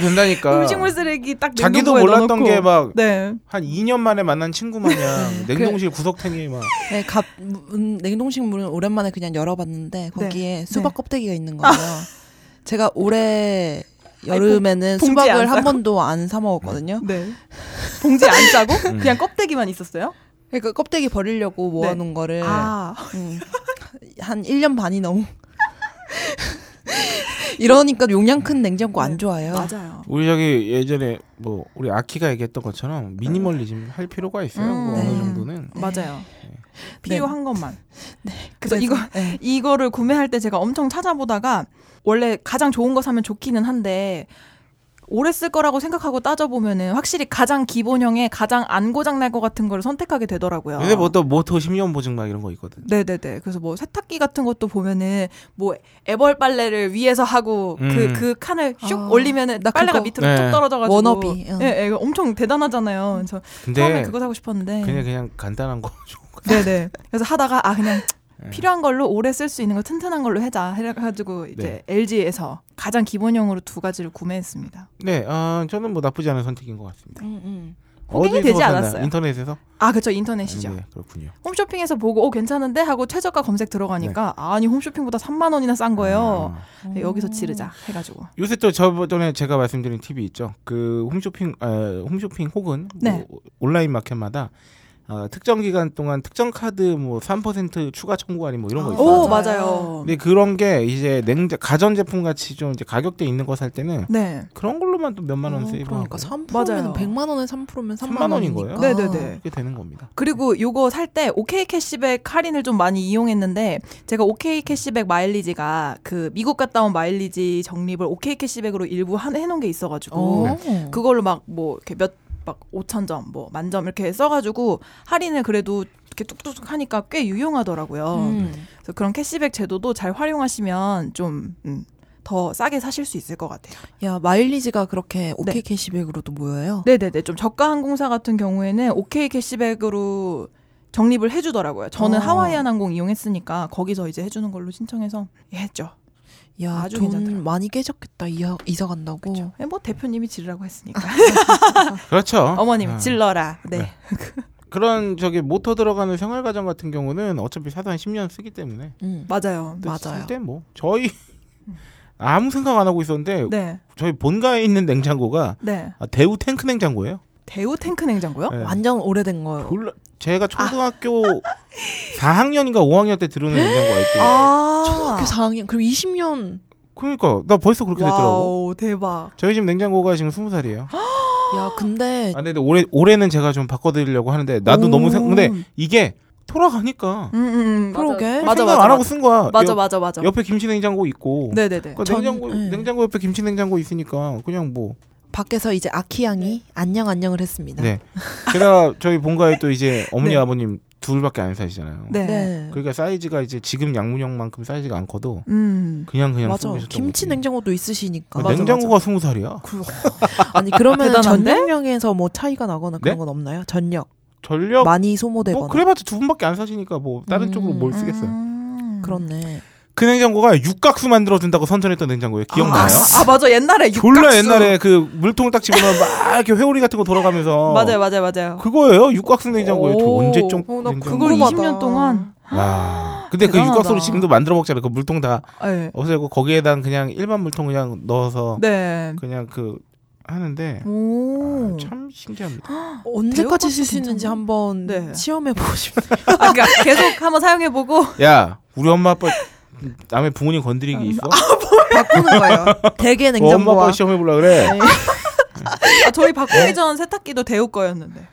Speaker 4: [laughs]
Speaker 2: 된다니까
Speaker 4: 음식물 쓰레기 딱
Speaker 2: 자기도
Speaker 4: 냉동고에
Speaker 2: 몰랐던
Speaker 4: 넣어놓고.
Speaker 2: 게 막 한
Speaker 4: 네.
Speaker 2: 2년 만에 만난
Speaker 4: [laughs]
Speaker 2: 친구 마냥
Speaker 4: 그
Speaker 3: 네.
Speaker 2: 냉동실 구석탱이 막
Speaker 3: 네, 갑, 음, 냉동실 문을 오랜만에 그냥 열어봤는데 거기에 수박
Speaker 4: 네. 아.
Speaker 3: 껍데기가 있는 거예요. 제가 올해 여름에는
Speaker 4: 봉- 봉지 안
Speaker 3: 수박을 한
Speaker 4: 싸고?
Speaker 3: 번도 안 사 먹었거든요.
Speaker 4: 네. 봉지 안 싸고
Speaker 2: 음.
Speaker 4: 그냥 껍데기만 있었어요?
Speaker 3: 그러니까 껍데기 버리려고 모아놓은 거를
Speaker 4: 네. 아.
Speaker 3: 음, 한 1년 반이 넘 이러니까 용량 큰 냉장고 안 좋아해요.
Speaker 4: 네. 맞아요.
Speaker 2: 우리 저기 예전에 뭐 우리 아키가 얘기했던 것처럼 미니멀리즘 할 필요가 있어요.
Speaker 4: 네. 음,
Speaker 2: 뭐
Speaker 3: 네.
Speaker 2: 어느 정도는.
Speaker 4: 맞아요.
Speaker 2: 네.
Speaker 4: 필요한 것만. 그래서
Speaker 3: 그래서-
Speaker 4: 이거
Speaker 3: 네.
Speaker 4: 이거를 구매할 때 제가 엄청 찾아보다가 원래 가장 좋은 거 사면 좋기는 한데 오래 쓸 거라고 생각하고 따져보면은 확실히 가장 기본형에 가장 안 고장 날 것 같은 거를 선택하게 되더라고요.
Speaker 2: 요새 뭐또 모토 10년 보증 막 이런 거 있거든.
Speaker 4: 네네네. 그래서 뭐 세탁기 같은 것도 보면은 뭐 애벌 빨래를 위에서 하고 그 그
Speaker 2: 음.
Speaker 4: 칸을 슉
Speaker 3: 아,
Speaker 4: 올리면은
Speaker 3: 나
Speaker 4: 빨래가
Speaker 3: 그거-
Speaker 4: 밑으로
Speaker 2: 네.
Speaker 4: 쭉 떨어져가지고
Speaker 3: 워너비, 응.
Speaker 4: 예, 예, 엄청 대단하잖아요. 그래서 처음에
Speaker 2: 근데
Speaker 4: 그거 네. 사고 싶었는데.
Speaker 2: 그냥 그냥 간단한 거 [laughs] 좋은 거.
Speaker 4: 네네. 그래서 하다가 아 그냥
Speaker 2: 네.
Speaker 4: 필요한 걸로 오래 쓸 수 있는 거 튼튼한 걸로 해자 해가지고
Speaker 2: 네.
Speaker 4: 이제 LG에서 가장 기본형으로 두 가지를 구매했습니다.
Speaker 2: 네, 아 저는 뭐 나쁘지 않은 선택인 것 같습니다.
Speaker 3: 음, 음.
Speaker 4: 호갱이
Speaker 2: 어디서
Speaker 4: 되지
Speaker 2: 산다?
Speaker 4: 않았어요.
Speaker 2: 인터넷에서?
Speaker 4: 아 그쵸 인터넷이죠.
Speaker 2: 네, 그렇군요.
Speaker 4: 홈쇼핑에서 보고 어 괜찮은데 하고 최저가 검색 들어가니까 아니 홈쇼핑보다 3만 원이나 싼 거예요.
Speaker 2: 네. 아.
Speaker 4: 여기서 지르자 해가지고.
Speaker 2: 요새 또 저번에 제가 말씀드린 팁이 있죠. 그 홈쇼핑, 아, 홈쇼핑 혹은 뭐
Speaker 4: 네.
Speaker 2: 온라인 마켓마다 어, 특정 기간 동안 특정 카드 뭐 3% 추가 청구 할인 뭐 이런 거
Speaker 3: 아,
Speaker 2: 있어요.
Speaker 4: 오
Speaker 3: 맞아요.
Speaker 4: 맞아요.
Speaker 2: 근데 그런 게 이제 냉자 가전 제품 같이 좀 이제 가격대 있는 거 살 때는
Speaker 4: 네.
Speaker 2: 그런 걸로만 또 몇만 원
Speaker 3: 어,
Speaker 2: 세이브하고
Speaker 3: 그러니까 3%면
Speaker 4: 맞아요.
Speaker 3: 100만 원에 3%면 3만,
Speaker 2: 3만 원인 거예요?
Speaker 3: 원이니까.
Speaker 4: 네네네.
Speaker 2: 그렇게 되는 겁니다.
Speaker 4: 그리고 요거 살 때 오케이 캐시백 할인을 좀 많이 이용했는데 제가 오케이 캐시백 마일리지가 그 미국 갔다 온 마일리지 적립을 오케이 캐시백으로 일부 한- 해놓은 게 있어가지고
Speaker 3: 어.
Speaker 4: 그걸로 막 뭐 이렇게 몇 막 5천 점, 뭐 만점 이렇게 써가지고 할인을 그래도 이렇게 뚝뚝뚝 하니까 꽤 유용하더라고요.
Speaker 3: 음.
Speaker 4: 그래서 그런 캐시백 제도도 잘 활용하시면 좀 음, 더 싸게 사실 수 있을 것 같아요.
Speaker 3: 야 마일리지가 그렇게 OK 캐시백으로도 모여요.
Speaker 4: 네네네. 좀 저가 항공사 같은 경우에는 OK 캐시백으로 적립을 해주더라고요. 저는
Speaker 3: 어.
Speaker 4: 하와이안 항공 이용했으니까 거기서 이제 해주는 걸로 신청해서 예, 했죠.
Speaker 3: 야,
Speaker 4: 아주
Speaker 3: 돈
Speaker 4: 괜찮더라고요.
Speaker 3: 많이 깨졌겠다. 이사, 이사 간다고.
Speaker 4: 그렇죠. 예, 뭐 대표님이 지르라고
Speaker 3: [laughs]
Speaker 4: 했으니까
Speaker 2: 그렇죠.
Speaker 4: 어머님
Speaker 2: 아.
Speaker 4: 질러라. 네.
Speaker 2: 네. 그런 저기 모터 들어가는 생활 가전 같은 경우는 어차피 사도 한 10년 쓰기 때문에
Speaker 3: 음.
Speaker 4: 맞아요. 네.
Speaker 3: 맞아요.
Speaker 2: 쓸때뭐 저희 [laughs] 아무 생각 안 하고 있었는데
Speaker 4: 네,
Speaker 2: 저희 본가에 있는 냉장고가
Speaker 4: 네.
Speaker 2: 아, 대우 탱크 냉장고예요.
Speaker 4: 대우 탱크 냉장고요?
Speaker 2: 네.
Speaker 3: 완전 오래된 거예요.
Speaker 2: 몰라-
Speaker 4: 아.
Speaker 2: 제가 초등학교 [laughs] 4학년인가 5학년 때 들어오는 냉장고였죠.
Speaker 4: 아,
Speaker 3: 초등학교 4학년 그럼 20년.
Speaker 2: 그러니까 나 벌써 그렇게 됐더라고.
Speaker 4: 와우 대박.
Speaker 2: 저희 집 냉장고가 지금 20살이에요.
Speaker 3: 야 근데
Speaker 2: 아, 근데 올해 올해는 제가 좀 바꿔드리려고 하는데 나도
Speaker 4: 네. 오.
Speaker 2: 너무 생 근데 이게 돌아가니까
Speaker 4: 음, 음,
Speaker 3: 그러게.
Speaker 4: 맞아,
Speaker 2: 생각
Speaker 4: 맞아,
Speaker 2: 안 하고
Speaker 4: 맞아.
Speaker 2: 쓴 거야.
Speaker 4: 맞아
Speaker 2: 옆,
Speaker 4: 맞아 맞아.
Speaker 2: 옆에 김치 냉장고 있고.
Speaker 4: 네네네.
Speaker 2: 그러니까
Speaker 3: 전-
Speaker 2: 냉장고
Speaker 3: 네.
Speaker 2: 냉장고 옆에 김치 냉장고 있으니까 그냥 뭐.
Speaker 3: 밖에서 이제 아키 양이 안녕 안녕을 했습니다.
Speaker 2: 네. 제가 저희 본가에 또 이제 어머니
Speaker 4: 네.
Speaker 2: 아버님 둘밖에 안 사시잖아요.
Speaker 4: 네.
Speaker 3: 네.
Speaker 2: 그러니까 사이즈가 이제 지금 양문형만큼 사이즈가 안 커도
Speaker 4: 음.
Speaker 2: 그냥 그냥
Speaker 3: 맞아.
Speaker 2: 쓰고 계셨던
Speaker 3: 김치
Speaker 2: 거지.
Speaker 3: 냉장고도 있으시니까.
Speaker 2: 그러니까
Speaker 4: 맞아,
Speaker 2: 냉장고가 스무 살이야.
Speaker 3: 아니 그러면
Speaker 4: 대단한데?
Speaker 3: 전력량에서 뭐 차이가 나거나 그런
Speaker 2: 네?
Speaker 3: 건 없나요? 전력
Speaker 2: 전력
Speaker 3: 많이 소모되거나.
Speaker 2: 뭐 그래봤자 두 분밖에 안 사시니까 뭐 다른
Speaker 3: 음.
Speaker 2: 쪽으로 뭘 쓰겠어요.
Speaker 4: 음.
Speaker 3: 그렇네.
Speaker 2: 그 냉장고가 육각수 만들어준다고 선전했던 냉장고예요. 기억나요?
Speaker 4: 아, 아 맞아 옛날에 육각수.
Speaker 2: 졸라 옛날에 그 물통을 딱 집어넣으면 막 이렇게 회오리 같은 거 돌아가면서
Speaker 4: [laughs] 맞아요 맞아요 맞아요.
Speaker 2: 그거예요 육각수 냉장고예요 저
Speaker 4: 오.
Speaker 2: 언제쯤
Speaker 3: 어, 나
Speaker 2: 냉장고.
Speaker 4: 그걸
Speaker 3: 궁금하다.
Speaker 4: 20년 동안.
Speaker 2: 아 근데 그
Speaker 4: 대단하다.
Speaker 2: 육각수로 지금도 만들어 먹잖아요 그 물통 다
Speaker 4: 네.
Speaker 2: 없애고 거기에다 그냥 일반 물통 그냥 넣어서
Speaker 4: 네. 음.
Speaker 2: 그냥 그 하는데
Speaker 4: 오.
Speaker 2: 아, 참 신기합니다
Speaker 3: 언제까지 쓸 수
Speaker 4: 대우밖에
Speaker 3: 있는지
Speaker 4: 괜찮네.
Speaker 3: 한번
Speaker 4: 네.
Speaker 3: 시험해 보고 싶네요.
Speaker 4: 아, 그러니까 계속 한번 사용해보고. [laughs]
Speaker 2: 야 우리 엄마 아빠 남의 부모님
Speaker 4: 음.
Speaker 2: 건드리기 있어?
Speaker 3: [laughs]
Speaker 4: 아,
Speaker 3: 바꾸는 거예요.
Speaker 2: 어,
Speaker 3: 대게
Speaker 2: 엄마 아빠
Speaker 3: 냉장고와.
Speaker 2: 시험해 보려 그래
Speaker 4: 아, 저희 바꾸기 전 세탁기도 대우 거였는데.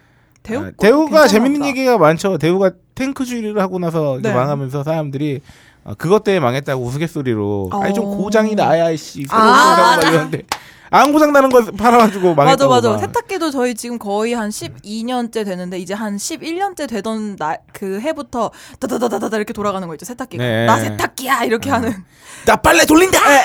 Speaker 4: 대우.
Speaker 2: 네. 아,
Speaker 4: 것도
Speaker 2: 대우가
Speaker 4: 괜찮았다.
Speaker 2: 재밌는 얘기가 많죠 대우가 탱크주의를 하고 나서 이렇게
Speaker 4: 네.
Speaker 2: 망하면서 사람들이 아, 그것 때문에 망했다고 우스갯소리로 아이 좀
Speaker 4: 어.
Speaker 2: 고장이 나야 아이씨 새로
Speaker 3: 아,
Speaker 2: 고장
Speaker 3: 맞아.
Speaker 2: 나 이러는데 안 고장 나는 거 팔아가지고
Speaker 4: 맞아
Speaker 2: 망했다고
Speaker 4: 맞아
Speaker 2: 막. 네.
Speaker 4: 세탁기도 저희 지금 거의 한 12년째 되는데 이제 한 11년째 되던 나 그 해부터 다다다다다 이렇게 돌아가는 거 있죠 세탁기가
Speaker 2: 네.
Speaker 4: 나 세탁기야 이렇게 하는
Speaker 2: 나 빨래 돌린다
Speaker 4: 네.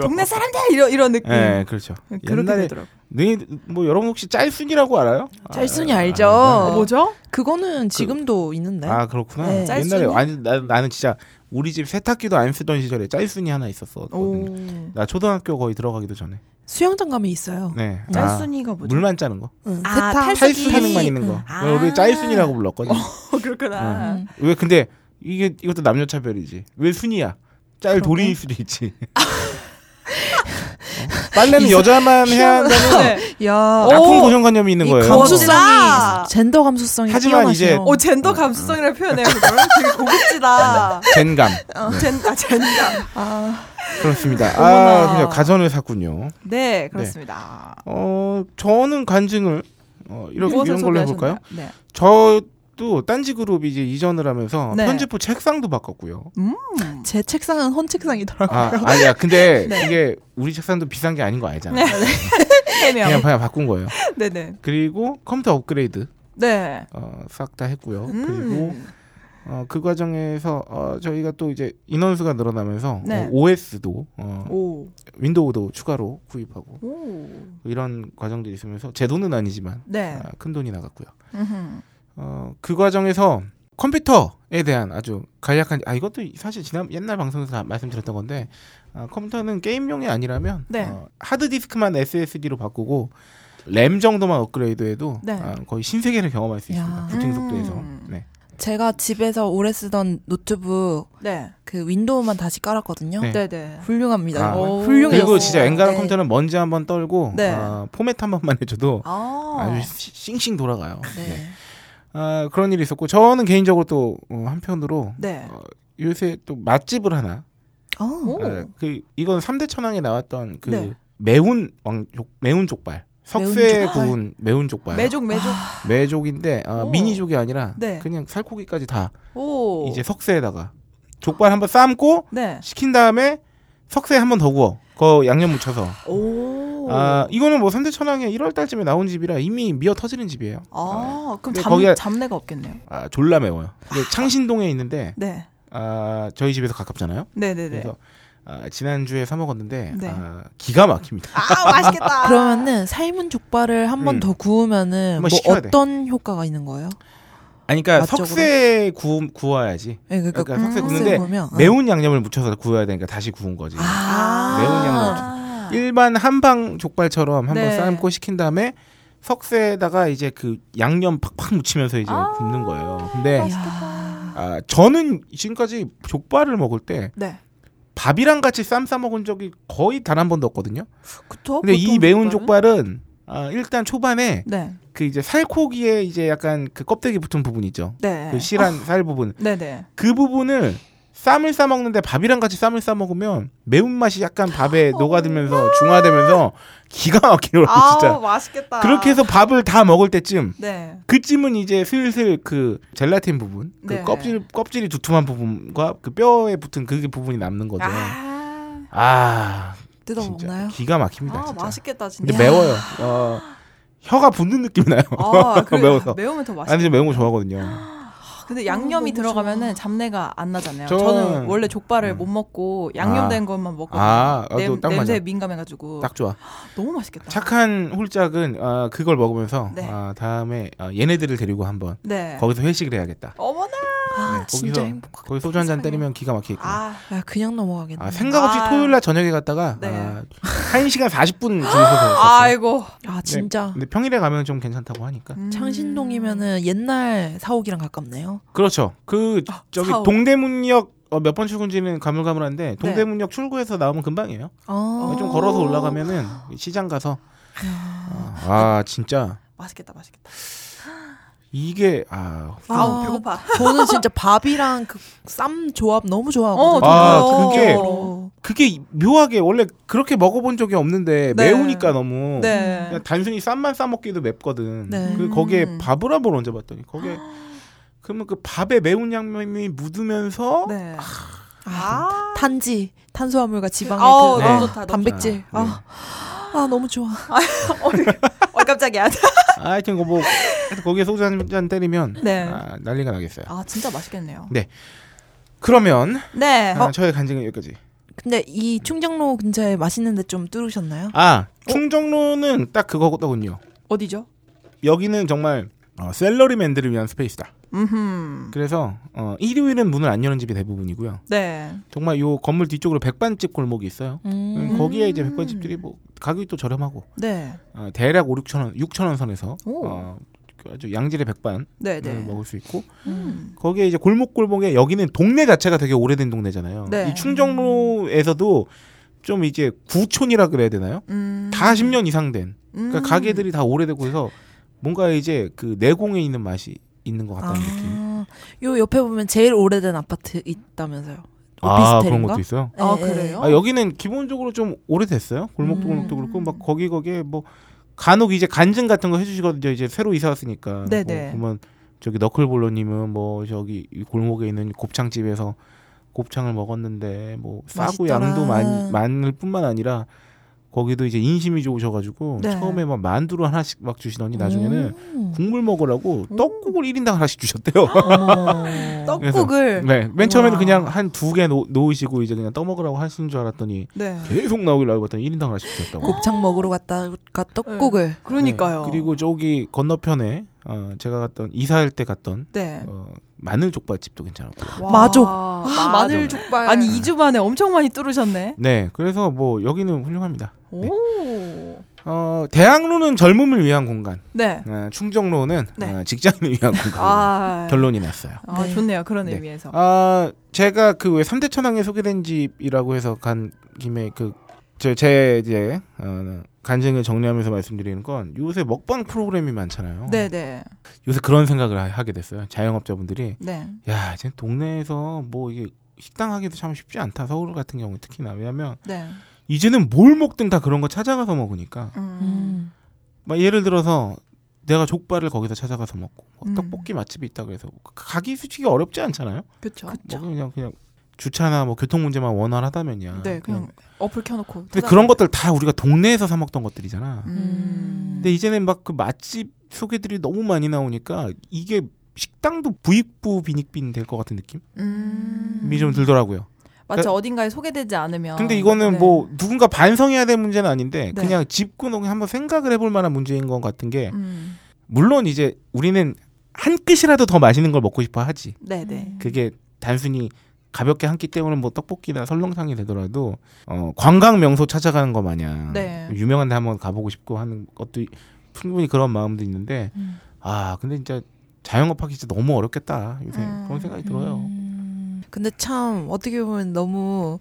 Speaker 4: 동네 사람들 이런 이런 느낌
Speaker 2: 예 그렇죠
Speaker 4: 음. 네, 그렇게
Speaker 2: 옛날에
Speaker 4: 되더라고
Speaker 2: 너희 뭐 여러분 혹시 짤순이라고 알아요?
Speaker 3: 짤순이
Speaker 2: 아,
Speaker 3: 알죠.
Speaker 2: 아, 네.
Speaker 4: 뭐죠?
Speaker 3: 그거는 지금도 있는데.
Speaker 2: 아 그렇구나.
Speaker 3: 네.
Speaker 2: 옛날에
Speaker 4: 짤순이?
Speaker 2: 아니 나, 나는 진짜 우리 집 세탁기도 안 쓰던 시절에 짤순이 하나 있었었거든.
Speaker 4: 오
Speaker 2: 나 초등학교 거의 들어가기도 전에.
Speaker 3: 수영장 가면 있어요.
Speaker 2: 네. 아,
Speaker 4: 짤순이가 뭐죠? [laughs]
Speaker 2: 물만 짜는 거.
Speaker 3: 응,
Speaker 4: 아,
Speaker 3: 세탁.
Speaker 4: 탈수-
Speaker 2: 탈수
Speaker 4: 짤순이.
Speaker 2: 하는 만 있는 거.
Speaker 4: 아. 어.
Speaker 2: 우리 짤순이라고 불렀거든.
Speaker 4: 그렇구나
Speaker 3: 음.
Speaker 2: 왜 근데 이게 이것도 남녀 차별이지. 왜 순이야? 짤 돌이일 수도
Speaker 4: [laughs]
Speaker 2: 있지. 어? 빨래는 여자만 해야
Speaker 4: [laughs]
Speaker 2: 한다는
Speaker 4: 네.
Speaker 3: 야.
Speaker 2: 나쁜 고정관념이 있는
Speaker 3: 이
Speaker 2: 거예요. 어.
Speaker 4: 멋지다.
Speaker 3: 감수성이 젠더 감수성이
Speaker 2: 하지만
Speaker 3: 뛰어나시네요.
Speaker 2: 이제-
Speaker 4: 오 젠더 감수성이라 표현해요 그걸 되게 고급지다 어.
Speaker 2: 젠감. 네.
Speaker 4: 젠, 아, 젠감
Speaker 3: 아,
Speaker 2: 그렇습니다. 아,
Speaker 4: 어머나.
Speaker 2: 그냥 가전을 샀군요.
Speaker 4: 네, 그렇습니다.
Speaker 2: 어, 저는 간증을 어, 이런
Speaker 4: 무엇을
Speaker 2: 이런 걸로 해볼까요?
Speaker 4: 소개하셨나요? 네.
Speaker 2: 저도 딴지 그룹이 이제 이전을 하면서
Speaker 4: 네.
Speaker 2: 편집부 책상도 바꿨고요.
Speaker 4: 음.
Speaker 3: 제 책상은 헌 책상이더라고요.
Speaker 2: 아, 아니야. 근데
Speaker 4: [laughs] 네.
Speaker 2: 이게 우리 책상도 비싼 게 아닌 거 알잖아.
Speaker 4: 네.
Speaker 2: 요
Speaker 4: 세명
Speaker 2: 그냥 그냥 바꾼 거예요.
Speaker 4: 네, 네.
Speaker 2: 그리고 컴퓨터 업그레이드
Speaker 4: 네.
Speaker 2: 어, 싹 다 했고요.
Speaker 4: 음.
Speaker 2: 그리고 어, 그 과정에서 어, 저희가 또 이제 인원수가 늘어나면서
Speaker 4: 네.
Speaker 2: 어, OS도 어,
Speaker 4: 오.
Speaker 2: 윈도우도 추가로 구입하고
Speaker 4: 오.
Speaker 2: 이런 과정들이 있으면서 제 돈은 아니지만
Speaker 4: 네.
Speaker 2: 큰 돈이 나갔고요.
Speaker 4: 음흠.
Speaker 2: 어, 그 과정에서 컴퓨터에 대한 아주 간략한 아 이것도 사실 지난 옛날 방송에서 다 말씀드렸던 건데 아, 컴퓨터는 게임용이 아니라면
Speaker 4: 네.
Speaker 2: 어, 하드 디스크만 SSD로 바꾸고 램 정도만 업그레이드해도
Speaker 4: 네.
Speaker 2: 아, 거의 신세계를 경험할 수 있습니다.
Speaker 3: 야.
Speaker 2: 부팅 속도에서.
Speaker 4: 음.
Speaker 2: 네.
Speaker 3: 제가 집에서 오래 쓰던 노트북
Speaker 4: 네.
Speaker 3: 그 윈도우만 다시 깔았거든요.
Speaker 2: 네.
Speaker 4: 네, 네.
Speaker 3: 훌륭합니다.
Speaker 2: 아,
Speaker 3: 정말.
Speaker 4: 오.
Speaker 3: 음. 어, 훌륭해요.
Speaker 2: 그리고 진짜 엔간한
Speaker 3: 네.
Speaker 2: 컴퓨터는 먼지 한번 떨고
Speaker 4: 네.
Speaker 2: 아, 포맷 한 번만 해줘도
Speaker 4: 아.
Speaker 2: 아주 시- 싱싱 돌아가요.
Speaker 3: 어. 네.
Speaker 2: 네. 아, 그런 일이 있었고 저는 개인적으로 또 어, 한편으로
Speaker 4: 네.
Speaker 2: 요새 또 맛집을 하나
Speaker 3: 어.
Speaker 4: 오.
Speaker 2: 아, 그 이건 삼대 천왕에 나왔던 그
Speaker 4: 네.
Speaker 2: 매운 왕족 매운 족발 석쇠에
Speaker 3: 족발.
Speaker 2: 구운 매운 족발
Speaker 4: 매족 매족.
Speaker 2: 아. 매족. 인데 아,
Speaker 4: 오.
Speaker 2: 미니족이 아니라
Speaker 4: 네.
Speaker 2: 그냥 살코기까지 다
Speaker 4: 오.
Speaker 2: 이제 석쇠에다가 족발 한번 삶고
Speaker 4: 네.
Speaker 2: 식힌 다음에 석쇠에 한번 더 구워 그 양념 묻혀서
Speaker 4: 오.
Speaker 2: 아 이거는 뭐 삼대 천왕에 1월 달쯤에 나온 집이라 이미 미어 터지는 집이에요
Speaker 4: 아, 그럼
Speaker 2: 근데
Speaker 4: 잡,
Speaker 2: 거기에-
Speaker 4: 잡내가 없겠네요.
Speaker 2: 아 졸라 매워요 근데 창신동에 있는데
Speaker 4: 네.
Speaker 2: 아 저희 집에서 가깝잖아요
Speaker 4: 네, 네, 네.
Speaker 2: 그래서 아, 지난주에 사 먹었는데
Speaker 4: 네.
Speaker 2: 아, 기가 막힙니다.
Speaker 4: 아, 맛있겠다.
Speaker 3: 그러면은 삶은 족발을 한 번
Speaker 2: 음.
Speaker 3: 더 구우면은
Speaker 2: 한번
Speaker 3: 뭐
Speaker 2: 식혀야 돼.
Speaker 3: 어떤 효과가 있는 거예요?
Speaker 2: 아니 그러니까
Speaker 3: 맛적으로?
Speaker 2: 석쇠 구움, 구워야지.
Speaker 3: 네, 그러니까,
Speaker 2: 그러니까
Speaker 4: 음,
Speaker 2: 석쇠
Speaker 4: 석쇠
Speaker 2: 굽는데
Speaker 3: 구우면, 어.
Speaker 2: 매운 양념을 묻혀서 구워야 되니까 다시 구운 거지.
Speaker 3: 아.
Speaker 2: 매운 양념. 일반 한방 족발처럼 한번
Speaker 4: 네.
Speaker 2: 삶고 식힌 다음에 석쇠에다가 이제 그 양념 팍팍 묻히면서 이제
Speaker 4: 아.
Speaker 2: 굽는 거예요. 근데
Speaker 3: 이야.
Speaker 2: 아, 저는 지금까지 족발을 먹을 때
Speaker 4: 네.
Speaker 2: 밥이랑 같이 쌈 싸 먹은 적이 거의 단 한 번도 없거든요.
Speaker 4: 그쵸?
Speaker 2: 근데 이
Speaker 4: 어, 보통
Speaker 2: 매운
Speaker 4: 족발은?
Speaker 2: 족발은 아, 일단 초반에
Speaker 4: 네.
Speaker 2: 그 이제 살코기에 이제 약간 그 껍데기 붙은 부분 있죠.
Speaker 4: 네.
Speaker 2: 그 실한 살 부분.
Speaker 4: 네, 네.
Speaker 2: 그 부분을 쌈을 싸 먹는데 밥이랑 같이 쌈을 싸 먹으면 매운맛이 약간 밥에 녹아들면서 중화되면서 기가 막히더라고
Speaker 4: 아,
Speaker 2: 진짜.
Speaker 4: 맛있겠다.
Speaker 2: 그렇게 해서 밥을 다 먹을 때쯤
Speaker 4: 네.
Speaker 2: 그쯤은 이제 슬슬 그 젤라틴 부분, 그
Speaker 4: 네.
Speaker 2: 껍질 껍질이 두툼한 부분과 그 뼈에 붙은 그 부분이 남는 거죠. 아,
Speaker 4: 아,
Speaker 3: 뜯어
Speaker 2: 진짜
Speaker 3: 먹나요?
Speaker 2: 기가 막힙니다.
Speaker 4: 아
Speaker 2: 진짜.
Speaker 4: 맛있겠다 진짜.
Speaker 2: 근데
Speaker 3: 야.
Speaker 2: 매워요. 어, 혀가 붓는 느낌이 나요.
Speaker 4: 아, 그
Speaker 2: [laughs] 매워서.
Speaker 4: 매우면 더
Speaker 2: 아니
Speaker 4: 맛있어.
Speaker 2: 저 매운 거 좋아하거든요.
Speaker 4: 근데 양념이
Speaker 3: 너무
Speaker 4: 들어가면은 잡내가 안 나잖아요.
Speaker 2: 저-
Speaker 4: 저... 는 원래 족발을
Speaker 2: 음.
Speaker 4: 못 먹고 양념된 것만 먹고
Speaker 2: 아, 나도
Speaker 4: 냄,
Speaker 2: 딱 맞아.
Speaker 4: 냄새 민감해가지고
Speaker 2: 딱 좋아.
Speaker 4: 너무 맛있겠다.
Speaker 2: 착한 홀짝은 아, 그걸 먹으면서
Speaker 4: 네.
Speaker 2: 아, 다음에 아, 얘네들을 데리고 한번
Speaker 4: 네.
Speaker 2: 거기서 회식을 해야겠다.
Speaker 4: 어머나.
Speaker 3: 아,
Speaker 2: 네,
Speaker 3: 진짜
Speaker 2: 거기서
Speaker 3: 행복하다.
Speaker 2: 거기 소주 한 잔
Speaker 3: 세상에.
Speaker 2: 때리면 기가 막히겠구나. 아,
Speaker 4: 아,
Speaker 3: 야, 그냥 넘어가겠네.
Speaker 2: 생각 없이
Speaker 4: 아.
Speaker 2: 토요일 날 저녁에 갔다가
Speaker 4: 네.
Speaker 2: 아, 1시간 40분 줄서서 갔어요.
Speaker 4: 아이고.
Speaker 2: 네.
Speaker 3: 아, 진짜.
Speaker 2: 근데 평일에 가면 좀 괜찮다고 하니까.
Speaker 4: 음.
Speaker 3: 창신동이면은 옛날 사옥이랑 가깝네요.
Speaker 2: 그렇죠. 그
Speaker 4: 아,
Speaker 2: 저기
Speaker 4: 사옥.
Speaker 2: 동대문역 어, 몇 번 출근지는 가물가물한데 동대문역 출구에서 나오면 금방이에요.
Speaker 3: 아.
Speaker 2: 네, 좀 걸어서 올라가면은 시장 가서 아 진짜
Speaker 4: 맛있겠다, 맛있겠다.
Speaker 2: 이게 아
Speaker 4: 아,
Speaker 3: 아,
Speaker 4: 배고파.
Speaker 3: [laughs] 저는 진짜 밥이랑 그 쌈 조합 너무 좋아하고.
Speaker 2: 어, 아,
Speaker 4: 정말요?
Speaker 2: 그게- 그게 묘하게 원래 그렇게 먹어본 적이 없는데
Speaker 4: 네.
Speaker 2: 매우니까 너무
Speaker 4: 네.
Speaker 2: 그냥 단순히 쌈만 싸 먹기도 맵거든.
Speaker 3: 네.
Speaker 2: 그
Speaker 4: 음. 아.
Speaker 2: 거기에 밥을 한번 얹어봤더니 거기에 그러면 그 밥에 매운 양념이 묻으면서
Speaker 4: 네.
Speaker 3: 아,
Speaker 4: 아.
Speaker 3: 탄지 탄수화물과 지방의
Speaker 4: 아우,
Speaker 3: 그
Speaker 2: 너무
Speaker 3: 아,
Speaker 4: 좋다, 너무
Speaker 3: 단백질.
Speaker 2: 좋다.
Speaker 3: 아, 아, 너무 좋아.
Speaker 4: 어, 깜짝이야.
Speaker 2: 아, 하여튼 뭐 하여튼 거기에 소주 한 잔 때리면
Speaker 4: [laughs] 네.
Speaker 2: 아, 난리가 나겠어요.
Speaker 4: 아, 진짜 맛있겠네요.
Speaker 2: 그러면
Speaker 4: 네.
Speaker 2: 아, 저의 간증은 여기까지.
Speaker 3: 근데 이 충정로 근처에 맛있는데 좀 뚫으셨나요?
Speaker 2: 아 충정로는 딱 그거거든요.
Speaker 4: 어디죠?
Speaker 2: 여기는 정말 어, 셀러리맨들을 위한 스페이스다.
Speaker 4: 음.
Speaker 2: 그래서 어, 일요일은 문을 안 여는 집이 대부분이고요.
Speaker 4: 네.
Speaker 2: 정말 요 건물 뒤쪽으로 백반집 골목이 있어요.
Speaker 3: 음.
Speaker 2: 거기에 이제 백반집들이 뭐 가격이 또 저렴하고
Speaker 4: 네.
Speaker 2: 어, 대략 5, 6천 원, 6천 원 선에서
Speaker 4: 오.
Speaker 2: 어, 아주 양질의 백반을
Speaker 4: 네, 네.
Speaker 2: 먹을 수 있고
Speaker 4: 음.
Speaker 2: 거기에 이제 골목골목에 여기는 동네 자체가 되게 오래된 동네잖아요.
Speaker 4: 네.
Speaker 2: 이 충정로에서도 좀 이제 구촌이라 그래야 되나요?
Speaker 4: 음.
Speaker 2: 다 10년 이상 된 그러니까
Speaker 4: 음.
Speaker 2: 가게들이 다 오래되고 해서 뭔가 이제 그 내공에 있는
Speaker 4: 아.
Speaker 2: 맛이 있는 것 같다는 느낌.
Speaker 3: 아, 요 옆에 보면 제일 오래된 아파트 있다면서요.
Speaker 2: 아
Speaker 3: 오피스텔인가?
Speaker 2: 그런 것도 있어요.
Speaker 4: 아,
Speaker 3: 예, 예.
Speaker 4: 그래요?
Speaker 2: 아 여기는 기본적으로 좀 오래됐어요. 골목도
Speaker 3: 음.
Speaker 2: 골목도 그렇고 막 거기 거기에 뭐 간혹 이제 간증 같은 거 해주시거든요. 이제 새로 이사 왔으니까.
Speaker 4: 네네.
Speaker 2: 뭐 보면 저기 너클볼로님은 뭐 저기 이 골목에 있는 곱창집에서 곱창을 먹었는데 뭐 싸고
Speaker 3: 맛있더라.
Speaker 2: 양도 많이 많을 뿐만 아니라 거기도 이제 인심이 좋으셔가지고
Speaker 4: 네.
Speaker 2: 처음에 막 만두를 하나씩 막 주시더니 나중에는
Speaker 3: 음. 아.
Speaker 2: 국물 먹으라고 떡국을 1인당 하나씩 주셨대요.
Speaker 3: 어머.
Speaker 4: 떡국을
Speaker 2: [laughs] 네, 맨 처음에는
Speaker 4: 우와.
Speaker 2: 그냥 한 두 개 놓으시고 이제 그냥 떠먹으라고 하시는 줄 알았더니
Speaker 4: 네.
Speaker 2: 계속 나오길 알고 봤더니 1인당 하나씩 주셨다고.
Speaker 3: 곱창 먹으러 갔다가 떡국을
Speaker 4: 어, 그러니까요.
Speaker 2: 네, 그리고 저기 건너편에 어, 제가 갔던 이사할 때 갔던
Speaker 4: 네.
Speaker 2: 어, 마늘 족발집도 괜찮았고.
Speaker 4: 와,
Speaker 3: 마족.
Speaker 4: 아,
Speaker 1: 마늘 족발.
Speaker 4: 아니 2주 만에 엄청 많이 뚫으셨네.
Speaker 2: 네, 그래서 뭐 여기는 훌륭합니다. 네.
Speaker 4: 오.
Speaker 2: 어, 대학로는 젊음을 위한 공간,
Speaker 4: 네.
Speaker 2: 어, 충정로는
Speaker 4: 네.
Speaker 2: 어, 직장인을 위한 공간.
Speaker 4: 아. 그렇죠.
Speaker 2: 결론이 났어요.
Speaker 4: 아,
Speaker 3: 네.
Speaker 4: 좋네요. 그런
Speaker 2: 네.
Speaker 4: 의미에서.
Speaker 2: 아, 제가 그 왜 삼대 천왕에 소개된 집이라고 해서 간 김에 그제 제 이제 어, 간증을 정리하면서 말씀드리는 건 요새 먹방 프로그램이 많잖아요.
Speaker 4: 네, 네.
Speaker 2: 요새 그런 생각을 하- 하게 됐어요. 자영업자분들이
Speaker 4: 네.
Speaker 2: 야, 이제 동네에서 뭐 이게 식당 하기도 참 쉽지 않다. 서울 같은 경우 특히나 왜냐면
Speaker 4: 네.
Speaker 2: 이제는 뭘 먹든 다 그런 거 찾아가서 먹으니까
Speaker 4: 음.
Speaker 3: 음.
Speaker 2: 막 예를 들어서 내가 족발을 거기서 찾아가서 먹고 뭐
Speaker 4: 음.
Speaker 2: 떡볶이 맛집이 있다 그래서 뭐 가기 솔직히 어렵지 않잖아요.
Speaker 4: 그렇죠.
Speaker 2: 뭐 그냥 그냥 주차나 뭐 교통 문제만 원활하다면야. 음.
Speaker 4: 네, 그냥 어플 켜 놓고.
Speaker 2: 뭐, 아, 근데 그런 것들 다 우리가 동네에서 사 먹던 것들이잖아.
Speaker 4: 음.
Speaker 2: 근데 이제는 막 그 맛집 소개들이 너무 많이 나오니까 이게 식당도 부익부 빈익빈 될 것 같은 느낌이
Speaker 4: 음.
Speaker 2: 좀 들더라고요. 그러니까
Speaker 4: 맞죠. 어딘가에 소개되지 않으면.
Speaker 2: 근데 이거는
Speaker 4: 네.
Speaker 2: 뭐 누군가 반성해야 될 문제는 아닌데
Speaker 4: 네.
Speaker 2: 그냥 집구농에 한번 생각을 해볼 만한 문제인 것 같은 게
Speaker 4: 음.
Speaker 2: 물론 이제 우리는 한 끼시라도 더 맛있는 걸 먹고 싶어 하지.
Speaker 4: 네, 네.
Speaker 2: 그게 단순히 가볍게 한 끼 때문에 뭐 떡볶이나 설렁탕이 되더라도 어, 관광 명소 찾아가는 거 마냥
Speaker 4: 네.
Speaker 2: 유명한 데 한번 가보고 싶고 하는 것도 충분히 그런 마음도 있는데
Speaker 3: 음.
Speaker 2: 아 근데 진짜 자영업하기 진짜 너무 어렵겠다 요새
Speaker 4: 음.
Speaker 2: 그런 생각이 들어요.
Speaker 3: 음. 근데 참 어떻게 보면 너무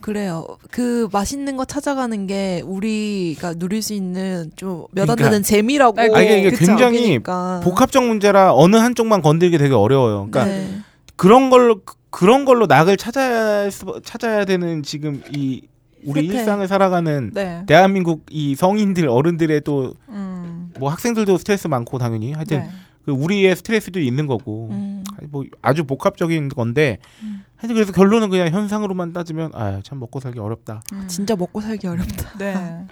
Speaker 3: 그래요. 그 맛있는 거 찾아가는 게 우리가 누릴 수 있는 좀 몇 안
Speaker 2: 그러니까.
Speaker 3: 되는 재미라고.
Speaker 4: 아, 이게- 이게
Speaker 3: 그쵸?
Speaker 2: 굉장히
Speaker 3: 그러니까.
Speaker 2: 복합적 문제라 어느 한쪽만 건들기 되게 어려워요. 그러니까
Speaker 4: 음.
Speaker 3: 네.
Speaker 2: 그런 걸로 그- 그런 걸로 낙을 찾아야 수- 찾아야 되는 지금 이 우리
Speaker 3: 세태.
Speaker 2: 일상을 살아가는
Speaker 4: 네.
Speaker 2: 대한민국 이 성인들 어른들의 또 뭐
Speaker 4: 음.
Speaker 2: 학생들도 스트레스 많고 당연히 하여튼
Speaker 4: 네.
Speaker 2: 그 우리의 스트레스도 있는 거고
Speaker 3: 음.
Speaker 2: 아니, 뭐 아주 복합적인 건데
Speaker 4: 음.
Speaker 2: 하여튼 그래서 결론은 그냥 현상으로만 따지면 아 참 먹고 살기 어렵다
Speaker 4: 음.
Speaker 3: 아, 진짜 먹고 살기 어렵다. [laughs]
Speaker 4: 네.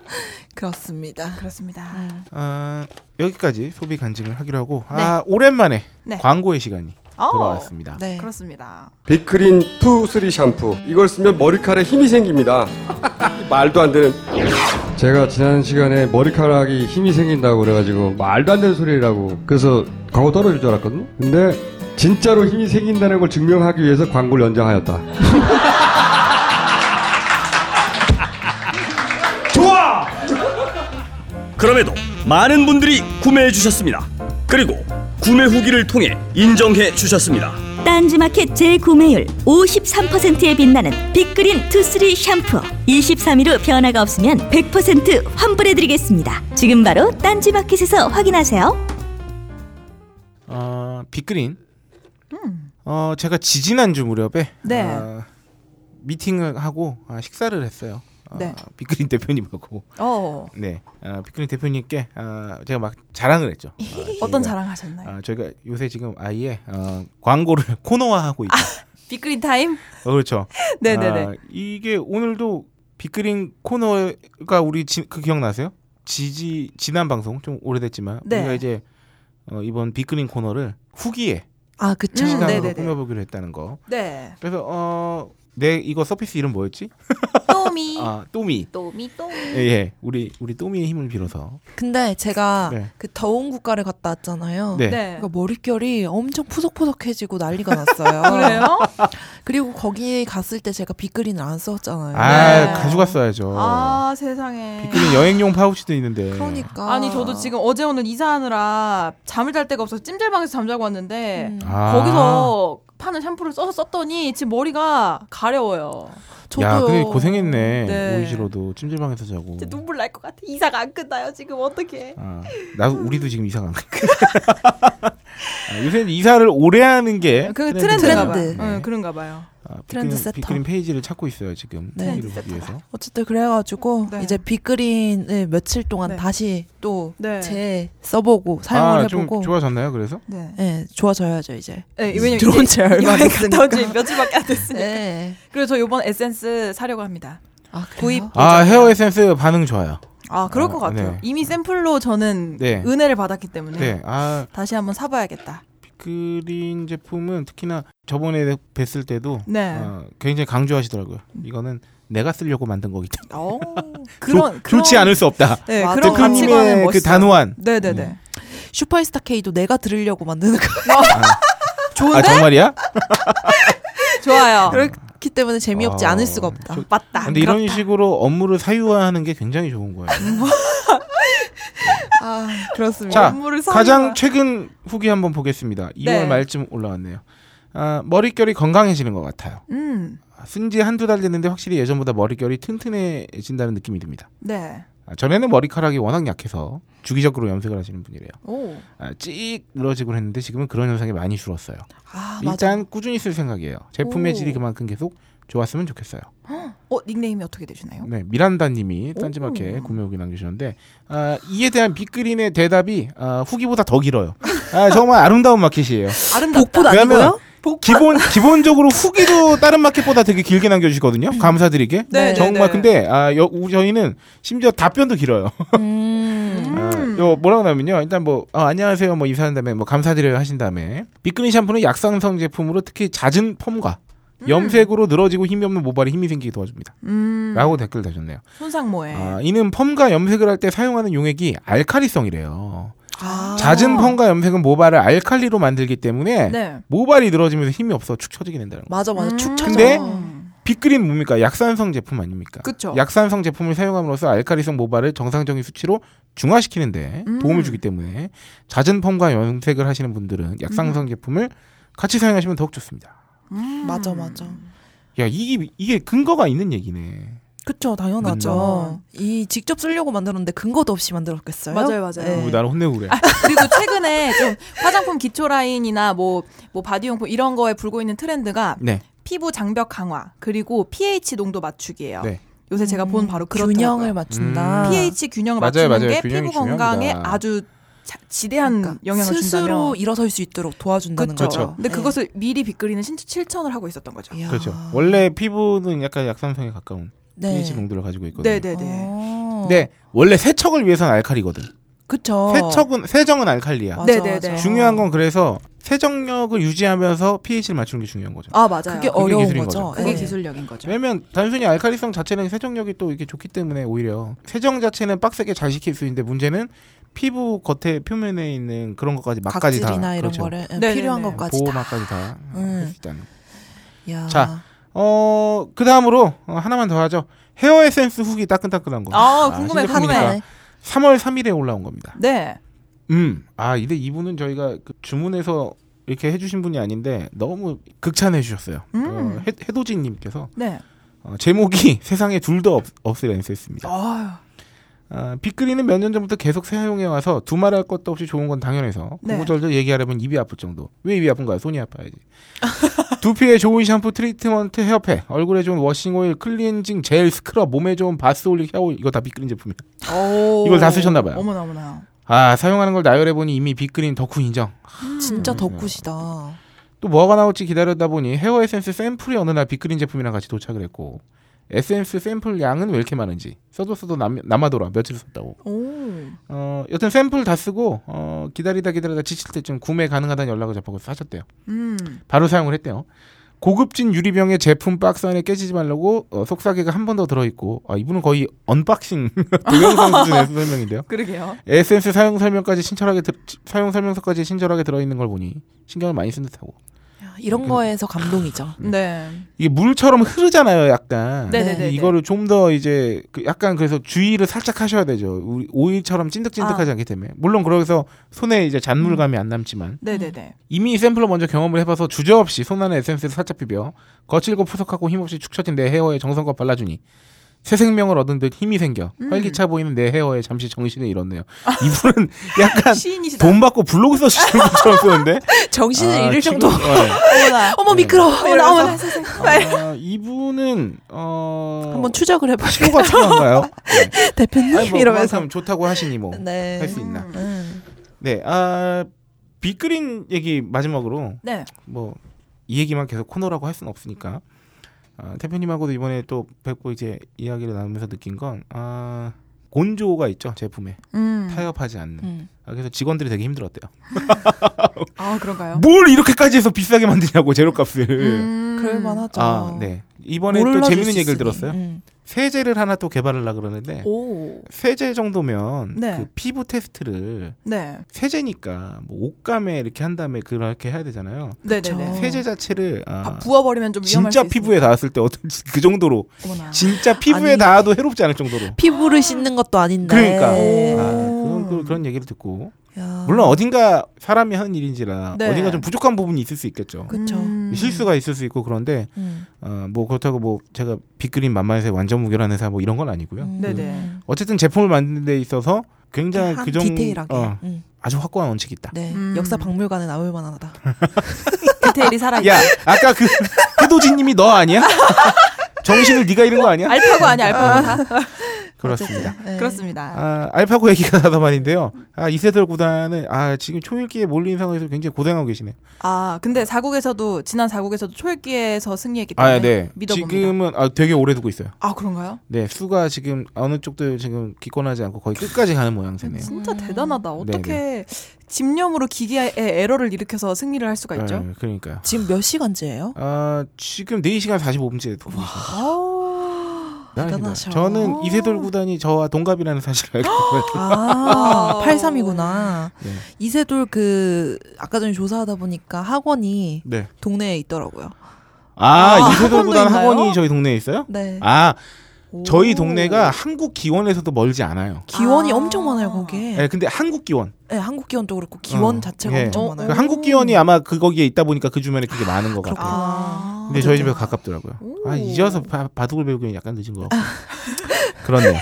Speaker 3: 그렇습니다.
Speaker 4: 그렇습니다.
Speaker 2: 아, 여기까지 소비 간증을 하기로 하고 아 오랜만에
Speaker 4: 네. 어.
Speaker 2: 광고의 시간이
Speaker 4: 아우.
Speaker 2: 돌아왔습니다
Speaker 3: 네.
Speaker 4: 그렇습니다.
Speaker 5: 비크린 투 쓰리 샴푸 이걸 쓰면 머리카락에 힘이 생깁니다 [laughs] 말도 안 되는 제가 지난 시간에 머리카락이 힘이 생긴다고 그래가지고 말도 안 되는 소리라고 그래서 광고 떨어질 줄 알았거든요 근데 진짜로 힘이 생긴다는 걸 증명하기 위해서 광고를 연장하였다
Speaker 6: 그럼에도 많은 분들이 구매해 주셨습니다. 그리고 구매 후기를 통해 인정해 주셨습니다.
Speaker 7: 딴지마켓 재구매율 53%에 빛나는 빅그린 투쓰리 샴푸 23일 후 변화가 없으면 100% 환불해드리겠습니다 지금 바로 딴지마켓에서 확인하세요
Speaker 2: 어, 빅그린 어 제가 지지난주 무렵에
Speaker 4: 음. 네.
Speaker 2: 아, 미팅을 하고 아, 식사를 했어요 아,
Speaker 4: 네.
Speaker 2: 빅그린 대표님하고 [laughs]
Speaker 4: 어.
Speaker 2: 네 아, 빅그린 대표님께 아, 제가 막
Speaker 4: [laughs]
Speaker 2: 자랑을 했죠 아,
Speaker 4: 어떤
Speaker 2: 저희가-
Speaker 4: 자랑하셨나요?
Speaker 2: 아, 저희가 요새 지금 아예 어, 광고를 [laughs] 코너화하고 있다.
Speaker 4: 비그린 타임?
Speaker 2: 어, 그렇죠.
Speaker 4: 아. [laughs] 네, 네, 네.
Speaker 2: 아, 이게 오늘도 빅그린 코너가 우리 지, 그 기억나세요? 지지 지난 방송 좀 오래됐지만
Speaker 4: 네.
Speaker 2: 우리가 이제 어, 이번 빅그린 코너를 후기에
Speaker 3: 아, 그쵸.
Speaker 4: 음,
Speaker 2: 시간으로
Speaker 4: 네, 네, 네.
Speaker 2: 꾸며보기로 했다는 거.
Speaker 4: 네.
Speaker 2: 그래서 어, 내 이거 서비스 이름 뭐였지?
Speaker 4: 또미.
Speaker 2: 아 또미.
Speaker 1: 또미 또미.
Speaker 2: 예, 예. 우리 우리 또미의 힘을 빌어서.
Speaker 3: 근데 제가
Speaker 2: 네.
Speaker 3: 그 더운 국가를 갔다 왔잖아요.
Speaker 2: 네.
Speaker 4: 네.
Speaker 3: 그러니까 머릿결이 엄청 푸석푸석해지고 난리가 났어요.
Speaker 4: [laughs] 그래요?
Speaker 3: 그리고 거기 갔을 때 제가 빅그린을 안 썼잖아요.
Speaker 2: 아
Speaker 4: 네.
Speaker 2: 가져갔어야죠.
Speaker 4: 아, 세상에.
Speaker 2: 빅그린 여행용 파우치도 있는데.
Speaker 3: 그러니까
Speaker 4: 아니 저도 지금 어제 오늘 이사하느라 잠을 잘 데가 없어서 찜질방에서 잠자고 왔는데
Speaker 3: 음.
Speaker 2: 아.
Speaker 4: 거기서 파는 샴푸를 써서 썼더니 지금 머리가 가려워요.
Speaker 3: 저도
Speaker 2: 야, 근데 고생했네.
Speaker 4: 네.
Speaker 2: 오이시로도 찜질방에서 자고.
Speaker 4: 진짜 눈물 날 것 같아. 이사가 안 끝나요 지금 어떻게?
Speaker 2: 아, 나 우리도 지금 이사 간 거야. 아, 요새 이사를 오래 하는 게
Speaker 4: 그
Speaker 2: 트렌드인가
Speaker 4: 트렌드인가
Speaker 2: 봐요.
Speaker 4: 봐요.
Speaker 3: 그 트렌드.
Speaker 2: 네.
Speaker 4: 응, 그런가 봐요.
Speaker 2: 아, 빅그린-
Speaker 3: 트렌드 세터.
Speaker 2: 빅그린 페이지를 찾고 있어요 지금
Speaker 3: 네.
Speaker 2: 후기를 보기 위해서.
Speaker 3: 어쨌든 그래가지고
Speaker 4: 네.
Speaker 3: 이제 빅그린을 며칠 동안
Speaker 4: 네.
Speaker 3: 다시 또
Speaker 4: 네.
Speaker 3: 재써보고 사용을
Speaker 2: 아, 좀
Speaker 3: 해보고
Speaker 2: 좋아졌나요? 그래서
Speaker 4: 네.
Speaker 3: 네, 좋아져야죠 이제
Speaker 4: 네, 왜냐면
Speaker 3: 들어온
Speaker 4: 이제
Speaker 3: 지 얼마
Speaker 4: 여행
Speaker 3: 됐으니까.
Speaker 4: 갔다 온지 며칠밖에 안 됐으니까.
Speaker 3: 네.
Speaker 4: 그리고 저 이번 에센스 사려고 합니다.
Speaker 3: 아,
Speaker 4: 구입.
Speaker 3: 그래요?
Speaker 2: 아 헤어 에센스 반응 좋아요.
Speaker 4: 아, 그럴
Speaker 2: 아,
Speaker 4: 것 같아요.
Speaker 2: 네.
Speaker 4: 이미 샘플로 저는
Speaker 2: 네.
Speaker 4: 은혜를 받았기 때문에
Speaker 2: 네, 아
Speaker 4: 다시 한번 사봐야겠다.
Speaker 2: 빅그린 제품은 특히나 저번에 뵀을 때도
Speaker 4: 네.
Speaker 3: 아,
Speaker 4: 음.
Speaker 2: 어, 굉장히 강조하시더라고요. 이거는 내가 쓰려고 만든 거기 때문에
Speaker 4: 어,
Speaker 2: 좋- 좋지 않을 수 없다.
Speaker 4: 네,
Speaker 3: 맞아.
Speaker 4: 그런
Speaker 3: 대표님의
Speaker 4: 가치관은
Speaker 2: 대표님의 그
Speaker 4: 멋있어.
Speaker 2: 단호한
Speaker 4: 네네네.
Speaker 2: 음.
Speaker 3: [laughs] 슈퍼스타 K도 내가 들으려고 만드는 거
Speaker 4: 좋은데?
Speaker 2: 아 정말이야?
Speaker 4: 좋아요.
Speaker 3: 그렇기 때문에 재미없지
Speaker 2: 아,
Speaker 3: 않을 수가 없다.
Speaker 2: 저-
Speaker 4: 맞다. 음,
Speaker 2: 근데 이런 식으로 업무를 사유화하는 게 굉장히 좋은 거예요.
Speaker 3: 아, 그렇습니다.
Speaker 2: 자,
Speaker 4: 업무를 사는
Speaker 2: 가장
Speaker 4: 거야.
Speaker 2: 최근 후기 한번 보겠습니다. 2월
Speaker 4: 네.
Speaker 2: 말쯤 올라왔네요. 아, 머릿결이 건강해지는 것 같아요.
Speaker 4: 음,
Speaker 2: 쓴지 한두 달 됐는데 확실히 예전보다 머릿결이 튼튼해진다는 느낌이 듭니다.
Speaker 4: 네.
Speaker 2: 아, 전에는 머리카락이 워낙 약해서 주기적으로 염색을 하시는 분이래요.
Speaker 4: 오,
Speaker 2: 아, 찍 늘어지고 했는데 지금은 그런 현상이 많이 줄었어요.
Speaker 4: 아 맞아.
Speaker 2: 일단 꾸준히 쓸 생각이에요. 제품의
Speaker 4: 오.
Speaker 2: 질이 그만큼 계속 좋았으면 좋겠어요.
Speaker 4: 어 닉네임이 어떻게 되시나요?
Speaker 2: 네, 미란다님이
Speaker 4: 오.
Speaker 2: 딴지마켓 구매 후기 남기셨는데 아, 이에 대한 빅그린의 대답이 아, 후기보다 더 길어요. 아, 정말 아름다운
Speaker 4: [laughs]
Speaker 2: 마켓이에요.
Speaker 4: 아름답다.
Speaker 3: 복붙 아니고요?
Speaker 2: 기본 기본적으로 후기도 다른 마켓보다 되게 길게 남겨주시거든요. 감사드리게.
Speaker 4: 네,
Speaker 2: 정말
Speaker 4: 네, 네.
Speaker 2: 근데 아, 여, 우- 저희는 심지어 답변도 길어요.
Speaker 3: 음.
Speaker 2: 아,
Speaker 4: 음.
Speaker 2: 요 뭐라고 나면요. 일단 뭐 아, 안녕하세요 뭐 인사한 다음에 뭐 감사드려요 하신 다음에 빅그린 샴푸는 약상성 제품으로 특히 잦은 펌과 염색으로 늘어지고 힘이 없는 모발에 힘이 생기게 도와줍니다.
Speaker 4: 음,
Speaker 2: 라고 댓글 다셨네요.
Speaker 4: 손상모에.
Speaker 2: 아, 이는 펌과 염색을 할 때 사용하는 용액이 알칼리성이래요.
Speaker 4: 아.
Speaker 2: 잦은 펌과 염색은 모발을 알칼리로 만들기 때문에
Speaker 4: 네. 음. 모발이
Speaker 2: 모발이 늘어지면서 힘이 없어 축 처지게 된다는 거.
Speaker 3: 맞아 음. 맞아 축 처져.
Speaker 2: 근데-
Speaker 4: 음.
Speaker 2: 빅그린 뭡니까? 약산성 제품 아닙니까?
Speaker 4: 그쵸.
Speaker 2: 약산성 제품을 사용함으로써 알칼리성 모발을 정상적인 수치로 중화시키는데
Speaker 4: 음.
Speaker 2: 도움을 주기 때문에 잦은 펌과 염색을 하시는 분들은 약산성 제품을 같이 사용하시면 더욱 좋습니다.
Speaker 4: 음.
Speaker 3: 맞아 맞아.
Speaker 2: 야, 이게 이게 근거가 있는 얘기네.
Speaker 3: 그쵸 당연하죠. 이 직접 쓰려고 만들었는데 근거도 없이 만들었겠어요?
Speaker 4: 맞아요, 맞아요.
Speaker 3: 네.
Speaker 2: 왜 뭐, 나를 혼내고 그래?
Speaker 4: 그리고 최근에 좀 화장품 기초 라인이나 뭐 뭐 바디용품 이런 거에 불고 있는 트렌드가
Speaker 2: 네.
Speaker 4: 피부 장벽 강화 그리고 pH 농도 맞추기예요.
Speaker 2: 네.
Speaker 4: 요새 제가 본 바로 그렇더라고요.
Speaker 3: 음, 균형을 맞춘다.
Speaker 2: 음.
Speaker 4: pH 균형을 맞추는
Speaker 2: 맞아요, 맞아요.
Speaker 4: 게
Speaker 2: 균형이
Speaker 4: 피부 건강에
Speaker 2: 중요합니다.
Speaker 4: 아주 자- 지대한
Speaker 3: 그러니까
Speaker 4: 영향을
Speaker 3: 스스로
Speaker 4: 준다면
Speaker 3: 일어설 수 있도록 도와준다는
Speaker 4: 그렇죠.
Speaker 3: 거죠. 네.
Speaker 4: 근데 그것을 미리 빗그리는 신- 실천을 하고 있었던 거죠.
Speaker 3: 이야.
Speaker 2: 그렇죠. 원래 피부는 약간 약산성에 가까운
Speaker 3: 네.
Speaker 2: pH 농도를 가지고 있거든요.
Speaker 4: 네, 네, 네.
Speaker 3: 어.
Speaker 2: 근데 원래 세척을 위해서는 알칼리거든.
Speaker 3: 그쵸.
Speaker 2: 세척은 세정은 알칼리야.
Speaker 3: 맞아,
Speaker 4: 네, 네,
Speaker 3: 맞아.
Speaker 4: 네.
Speaker 2: 중요한 건 그래서 세정력을 유지하면서 pH를 맞추는 게 중요한 거죠.
Speaker 4: 아, 맞아요.
Speaker 3: 그게
Speaker 4: 그게,
Speaker 3: 어려운
Speaker 2: 기술인
Speaker 3: 거죠.
Speaker 2: 거죠.
Speaker 3: 네.
Speaker 4: 기술력인 거죠.
Speaker 2: 그렇죠. 왜냐면 단순히 알칼리성 자체는 세정력이 또 이렇게 좋기 때문에 오히려 세정 자체는 빡세게 잘 시킬 수 있는데 문제는 피부 겉에 표면에 있는 그런 것까지 막까지 다
Speaker 3: 각질이나 이런
Speaker 2: 그렇죠.
Speaker 3: 거를 예,
Speaker 4: 네네네.
Speaker 3: 필요한 것까지
Speaker 2: 보호
Speaker 3: 다.
Speaker 2: 막까지 다 할
Speaker 3: 음.
Speaker 2: 수 있다는. 거.
Speaker 3: 야.
Speaker 2: 자. 어, 그 다음으로 어, 하나만 더 하죠. 헤어 에센스 후기 따끈따끈한 거.
Speaker 4: 아, 궁금해,
Speaker 2: 신제품이니까.
Speaker 4: 궁금해.
Speaker 2: 3월 3일에 올라온 겁니다.
Speaker 4: 네.
Speaker 2: 음. 아, 근데 이분은 저희가 그 주문해서 이렇게 해주신 분이 아닌데 너무 극찬해 주셨어요.
Speaker 4: 음.
Speaker 2: 어, 해, 해도진님께서
Speaker 4: 네.
Speaker 2: 어, 제목이 [laughs] 세상에 둘도 없, 없을 엔세스입니다.
Speaker 4: 아,
Speaker 2: 아, 빅그린은 몇 년 전부터 계속 사용해 와서 두말할 것도 없이 좋은 건 당연해서
Speaker 4: 네.
Speaker 2: 구구절절 얘기하려면 입이 아플 정도. 왜 입이 아픈 거야? 손이 아파야지. [laughs] 두피에 좋은 샴푸, 트리트먼트, 헤어팩, 얼굴에 좋은 워싱 오일, 클렌징 젤, 스크럽, 몸에 좋은 바스 올릭 샤워 이거 다 빅그린 제품이에요.
Speaker 4: 오.
Speaker 2: 이걸 다 쓰셨나 봐요.
Speaker 4: 어머나, 어머나.
Speaker 2: 아 사용하는 걸 나열해 보니 이미 빅그린 덕후 인정. 음.
Speaker 3: 진짜 덕후시다.
Speaker 2: 또 뭐가 나올지 기다려다 보니 헤어 에센스 샘플이 어느 날 빅그린 제품이랑 같이 도착을 했고 에센스 샘플 양은 왜 이렇게 많은지 써도 써도 남, 남아돌아 며칠 썼다고.
Speaker 4: 오.
Speaker 2: 어 여튼 샘플 다 쓰고 어 기다리다 기다리다 지칠 때쯤 구매 가능하다는 연락을 접하고 사셨대요.
Speaker 4: 음.
Speaker 2: 바로 사용을 했대요. 고급진 유리병에 제품 박스 안에 깨지지 말라고 어, 속삭이가 한 번 더 들어있고 아 이분은 거의 언박싱 [laughs] 동영상 수준의 설명인데요.
Speaker 4: 그러게요.
Speaker 2: 에센스 사용 설명까지 친절하게 들, 사용 설명서까지 친절하게 들어있는 걸 보니 신경을 많이 쓴 듯하고
Speaker 3: 야,
Speaker 2: 음.
Speaker 3: 이런
Speaker 4: [laughs]
Speaker 3: 거에서 감동이죠.
Speaker 4: 네.
Speaker 2: 이게 물처럼 흐르잖아요, 약간.
Speaker 4: 네네네네.
Speaker 2: 이거를 좀 더 이제 그 약간 그래서 주의를 살짝 하셔야 되죠. 우리 오일처럼
Speaker 4: 아.
Speaker 2: 찐득찐득하지 않기 때문에. 물론 그래서 손에 이제 잔물감이 안 남지만
Speaker 4: 네, 네, 네.
Speaker 2: 이미 샘플로 먼저 경험을 해봐서 주저없이 손안에 에센스를 살짝 비벼 거칠고 푸석하고 힘없이 축 처진 내 헤어에 정성껏 발라주니 새 생명을 얻은 듯 힘이 생겨
Speaker 4: 음.
Speaker 2: 활기차 보이는 내 헤어에 잠시 정신을 잃었네요.
Speaker 3: [laughs]
Speaker 2: 이분은 약간
Speaker 4: 시인이시다.
Speaker 2: 돈 받고 블로그 써주시는 것처럼 쓰는데
Speaker 3: 정신을
Speaker 2: 아,
Speaker 3: 잃을
Speaker 2: 지금-
Speaker 3: 정도.
Speaker 2: 네.
Speaker 4: 어머나.
Speaker 3: [laughs] 어머 미끄러워.
Speaker 4: 어머나,
Speaker 3: 이러면서
Speaker 4: 어머나, 세상에.
Speaker 2: 아, 이분은 어
Speaker 3: 한번
Speaker 4: [laughs]
Speaker 3: 추적을 해보시고
Speaker 2: 추가 필요한가요?
Speaker 3: [laughs]
Speaker 2: 네.
Speaker 3: 대표님
Speaker 2: 아니, 뭐
Speaker 3: 이러면서.
Speaker 2: 이러면서 좋다고 하시니 뭐
Speaker 3: 네.
Speaker 2: 할 수 있나?
Speaker 4: 음.
Speaker 3: 음.
Speaker 2: 네, 아 빅그린 얘기 마지막으로
Speaker 4: 네.
Speaker 2: 뭐 이 얘기만 계속 코너라고 할 수는 없으니까 아, 대표님하고도 이번에 또 뵙고 이제 이야기를 나누면서 느낀 건 아, 곤조가 있죠 제품에
Speaker 4: 음.
Speaker 2: 타협하지 않는.
Speaker 3: 음.
Speaker 2: 아, 그래서 직원들이 되게 힘들었대요.
Speaker 4: 아 그런가요?
Speaker 2: 뭘 이렇게까지 해서 비싸게 만드냐고 재료값을.
Speaker 4: 음.
Speaker 3: 그럴만하죠.
Speaker 2: 아, 네. 이번에
Speaker 3: 몰라줄
Speaker 2: 또
Speaker 3: 수
Speaker 2: 재밌는 얘기를
Speaker 3: 있으니.
Speaker 2: 들었어요.
Speaker 3: 음.
Speaker 2: 세제를 하나 또 개발하려 그러는데
Speaker 4: 오.
Speaker 2: 세제 정도면
Speaker 4: 네.
Speaker 2: 그 피부 테스트를
Speaker 4: 네.
Speaker 2: 세제니까 뭐 옷감에 이렇게 한 다음에 그렇게 해야 되잖아요.
Speaker 4: 네네네.
Speaker 3: 어.
Speaker 2: 세제 자체를
Speaker 4: 아,
Speaker 2: 아,
Speaker 4: 부어버리면 좀 위험할
Speaker 2: 진짜
Speaker 4: 수
Speaker 2: 피부에 닿았을 때 어떤지 그 정도로
Speaker 4: 있으니까.
Speaker 2: 진짜 피부에
Speaker 3: 아니. 네.
Speaker 2: 닿아도 해롭지 않을 정도로.
Speaker 3: 피부를 씻는 것도 아닌데.
Speaker 2: 그러니까.
Speaker 4: 오.
Speaker 2: 아, 그런, 그- 그런 얘기를 듣고
Speaker 3: 야.
Speaker 2: 물론 어딘가 사람이 하는 일인지라
Speaker 4: 네.
Speaker 2: 어딘가 좀 부족한 부분이 있을 수 있겠죠.
Speaker 3: 그쵸.
Speaker 4: 음.
Speaker 2: 실수가 있을 수 있고 그런데
Speaker 3: 음.
Speaker 2: 어, 뭐 그렇다고 뭐 제가 빅그린 만만해서 완전 무결한 회사 뭐 이런 건 아니고요.
Speaker 3: 음.
Speaker 2: 그
Speaker 4: 네네.
Speaker 2: 어쨌든 제품을 만드는 데 있어서 굉장히
Speaker 3: 한
Speaker 2: 그 정도
Speaker 3: 디테일하게.
Speaker 2: 어,
Speaker 3: 음.
Speaker 2: 아주 확고한 원칙이 있다.
Speaker 3: 네.
Speaker 4: 음.
Speaker 3: 역사 박물관에 나올 만하다.
Speaker 4: 디테일이 살아.
Speaker 2: 야 아까 그 [laughs] 해도진님이 너 아니야? 정신을 네가 잃은 거 아니야?
Speaker 4: 알파고 아니 알파고.
Speaker 2: 그렇습니다.
Speaker 3: 네.
Speaker 4: 그렇습니다.
Speaker 2: 아, 알파고 얘기가 [laughs] 나다 말인데요. 아, 이세돌 구단은 아, 지금 초일기에 몰린 상황에서 굉장히 고생하고 계시네.
Speaker 4: 아 근데 사국에서도 지난 사국에서도 초읽기에서 승리했기 때문에
Speaker 2: 아, 네.
Speaker 4: 믿어봅니다.
Speaker 2: 지금은 아, 되게 오래 두고 있어요.
Speaker 4: 아 그런가요?
Speaker 2: 네, 수가 지금 어느 쪽도 지금 기권하지 않고 거의 끝까지 가는 모양새네요.
Speaker 4: 진짜
Speaker 3: 음.
Speaker 4: 대단하다. 어떻게
Speaker 2: 네네.
Speaker 4: 집념으로 기계의 에러를 일으켜서 승리를 할 수가 있죠?
Speaker 2: 네, 그러니까요.
Speaker 3: 지금 몇 시간째예요?
Speaker 2: 아, 지금 4시간 45분째 두고 계십니다.
Speaker 4: 아,
Speaker 3: 대단하셔.
Speaker 2: 저는 이세돌 구단이 저와 동갑이라는 사실을
Speaker 4: [gasps]
Speaker 2: 알고 있어요.
Speaker 3: 아, [laughs]
Speaker 4: 와우.
Speaker 3: 83이구나.
Speaker 2: 네.
Speaker 3: 이세돌 그 아까 전에 조사하다 보니까 학원이
Speaker 2: 네.
Speaker 3: 동네에 있더라고요.
Speaker 2: 아,
Speaker 4: 아,
Speaker 2: 이세돌 구단
Speaker 4: 학원도 있나요?
Speaker 2: 학원이 저희 동네에 있어요?
Speaker 3: 네.
Speaker 2: 아,
Speaker 3: 오.
Speaker 2: 저희 동네가 한국 기원에서도 멀지 않아요.
Speaker 3: 기원이
Speaker 4: 아.
Speaker 3: 엄청 많아요 거기에.
Speaker 2: 네, 근데 한국 기원.
Speaker 3: 네, 한국 기원도 그렇고 기원
Speaker 2: 어,
Speaker 3: 자체가
Speaker 2: 예.
Speaker 3: 엄청
Speaker 4: 어,
Speaker 3: 많아요.
Speaker 2: 그 한국 기원이 아마 그 거기에 있다 보니까 그 주변에 그게 많은 것 같아요.
Speaker 3: 아.
Speaker 2: 근데 저희 집에 가깝더라고요.
Speaker 4: 오.
Speaker 2: 아 이제 와서 바, 바둑을 배우기엔 약간 늦은 것
Speaker 3: [laughs]
Speaker 2: 같고. 그렇네요.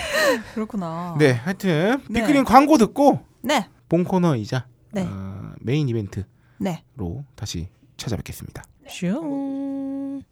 Speaker 4: 그렇구나.
Speaker 3: 어.
Speaker 2: 네, 하여튼
Speaker 4: 네.
Speaker 2: 빅그린 광고 듣고
Speaker 4: 네.
Speaker 2: 본 코너이자
Speaker 4: 네.
Speaker 2: 아, 메인 이벤트로
Speaker 4: 네.
Speaker 2: 다시 찾아뵙겠습니다.
Speaker 3: 슝.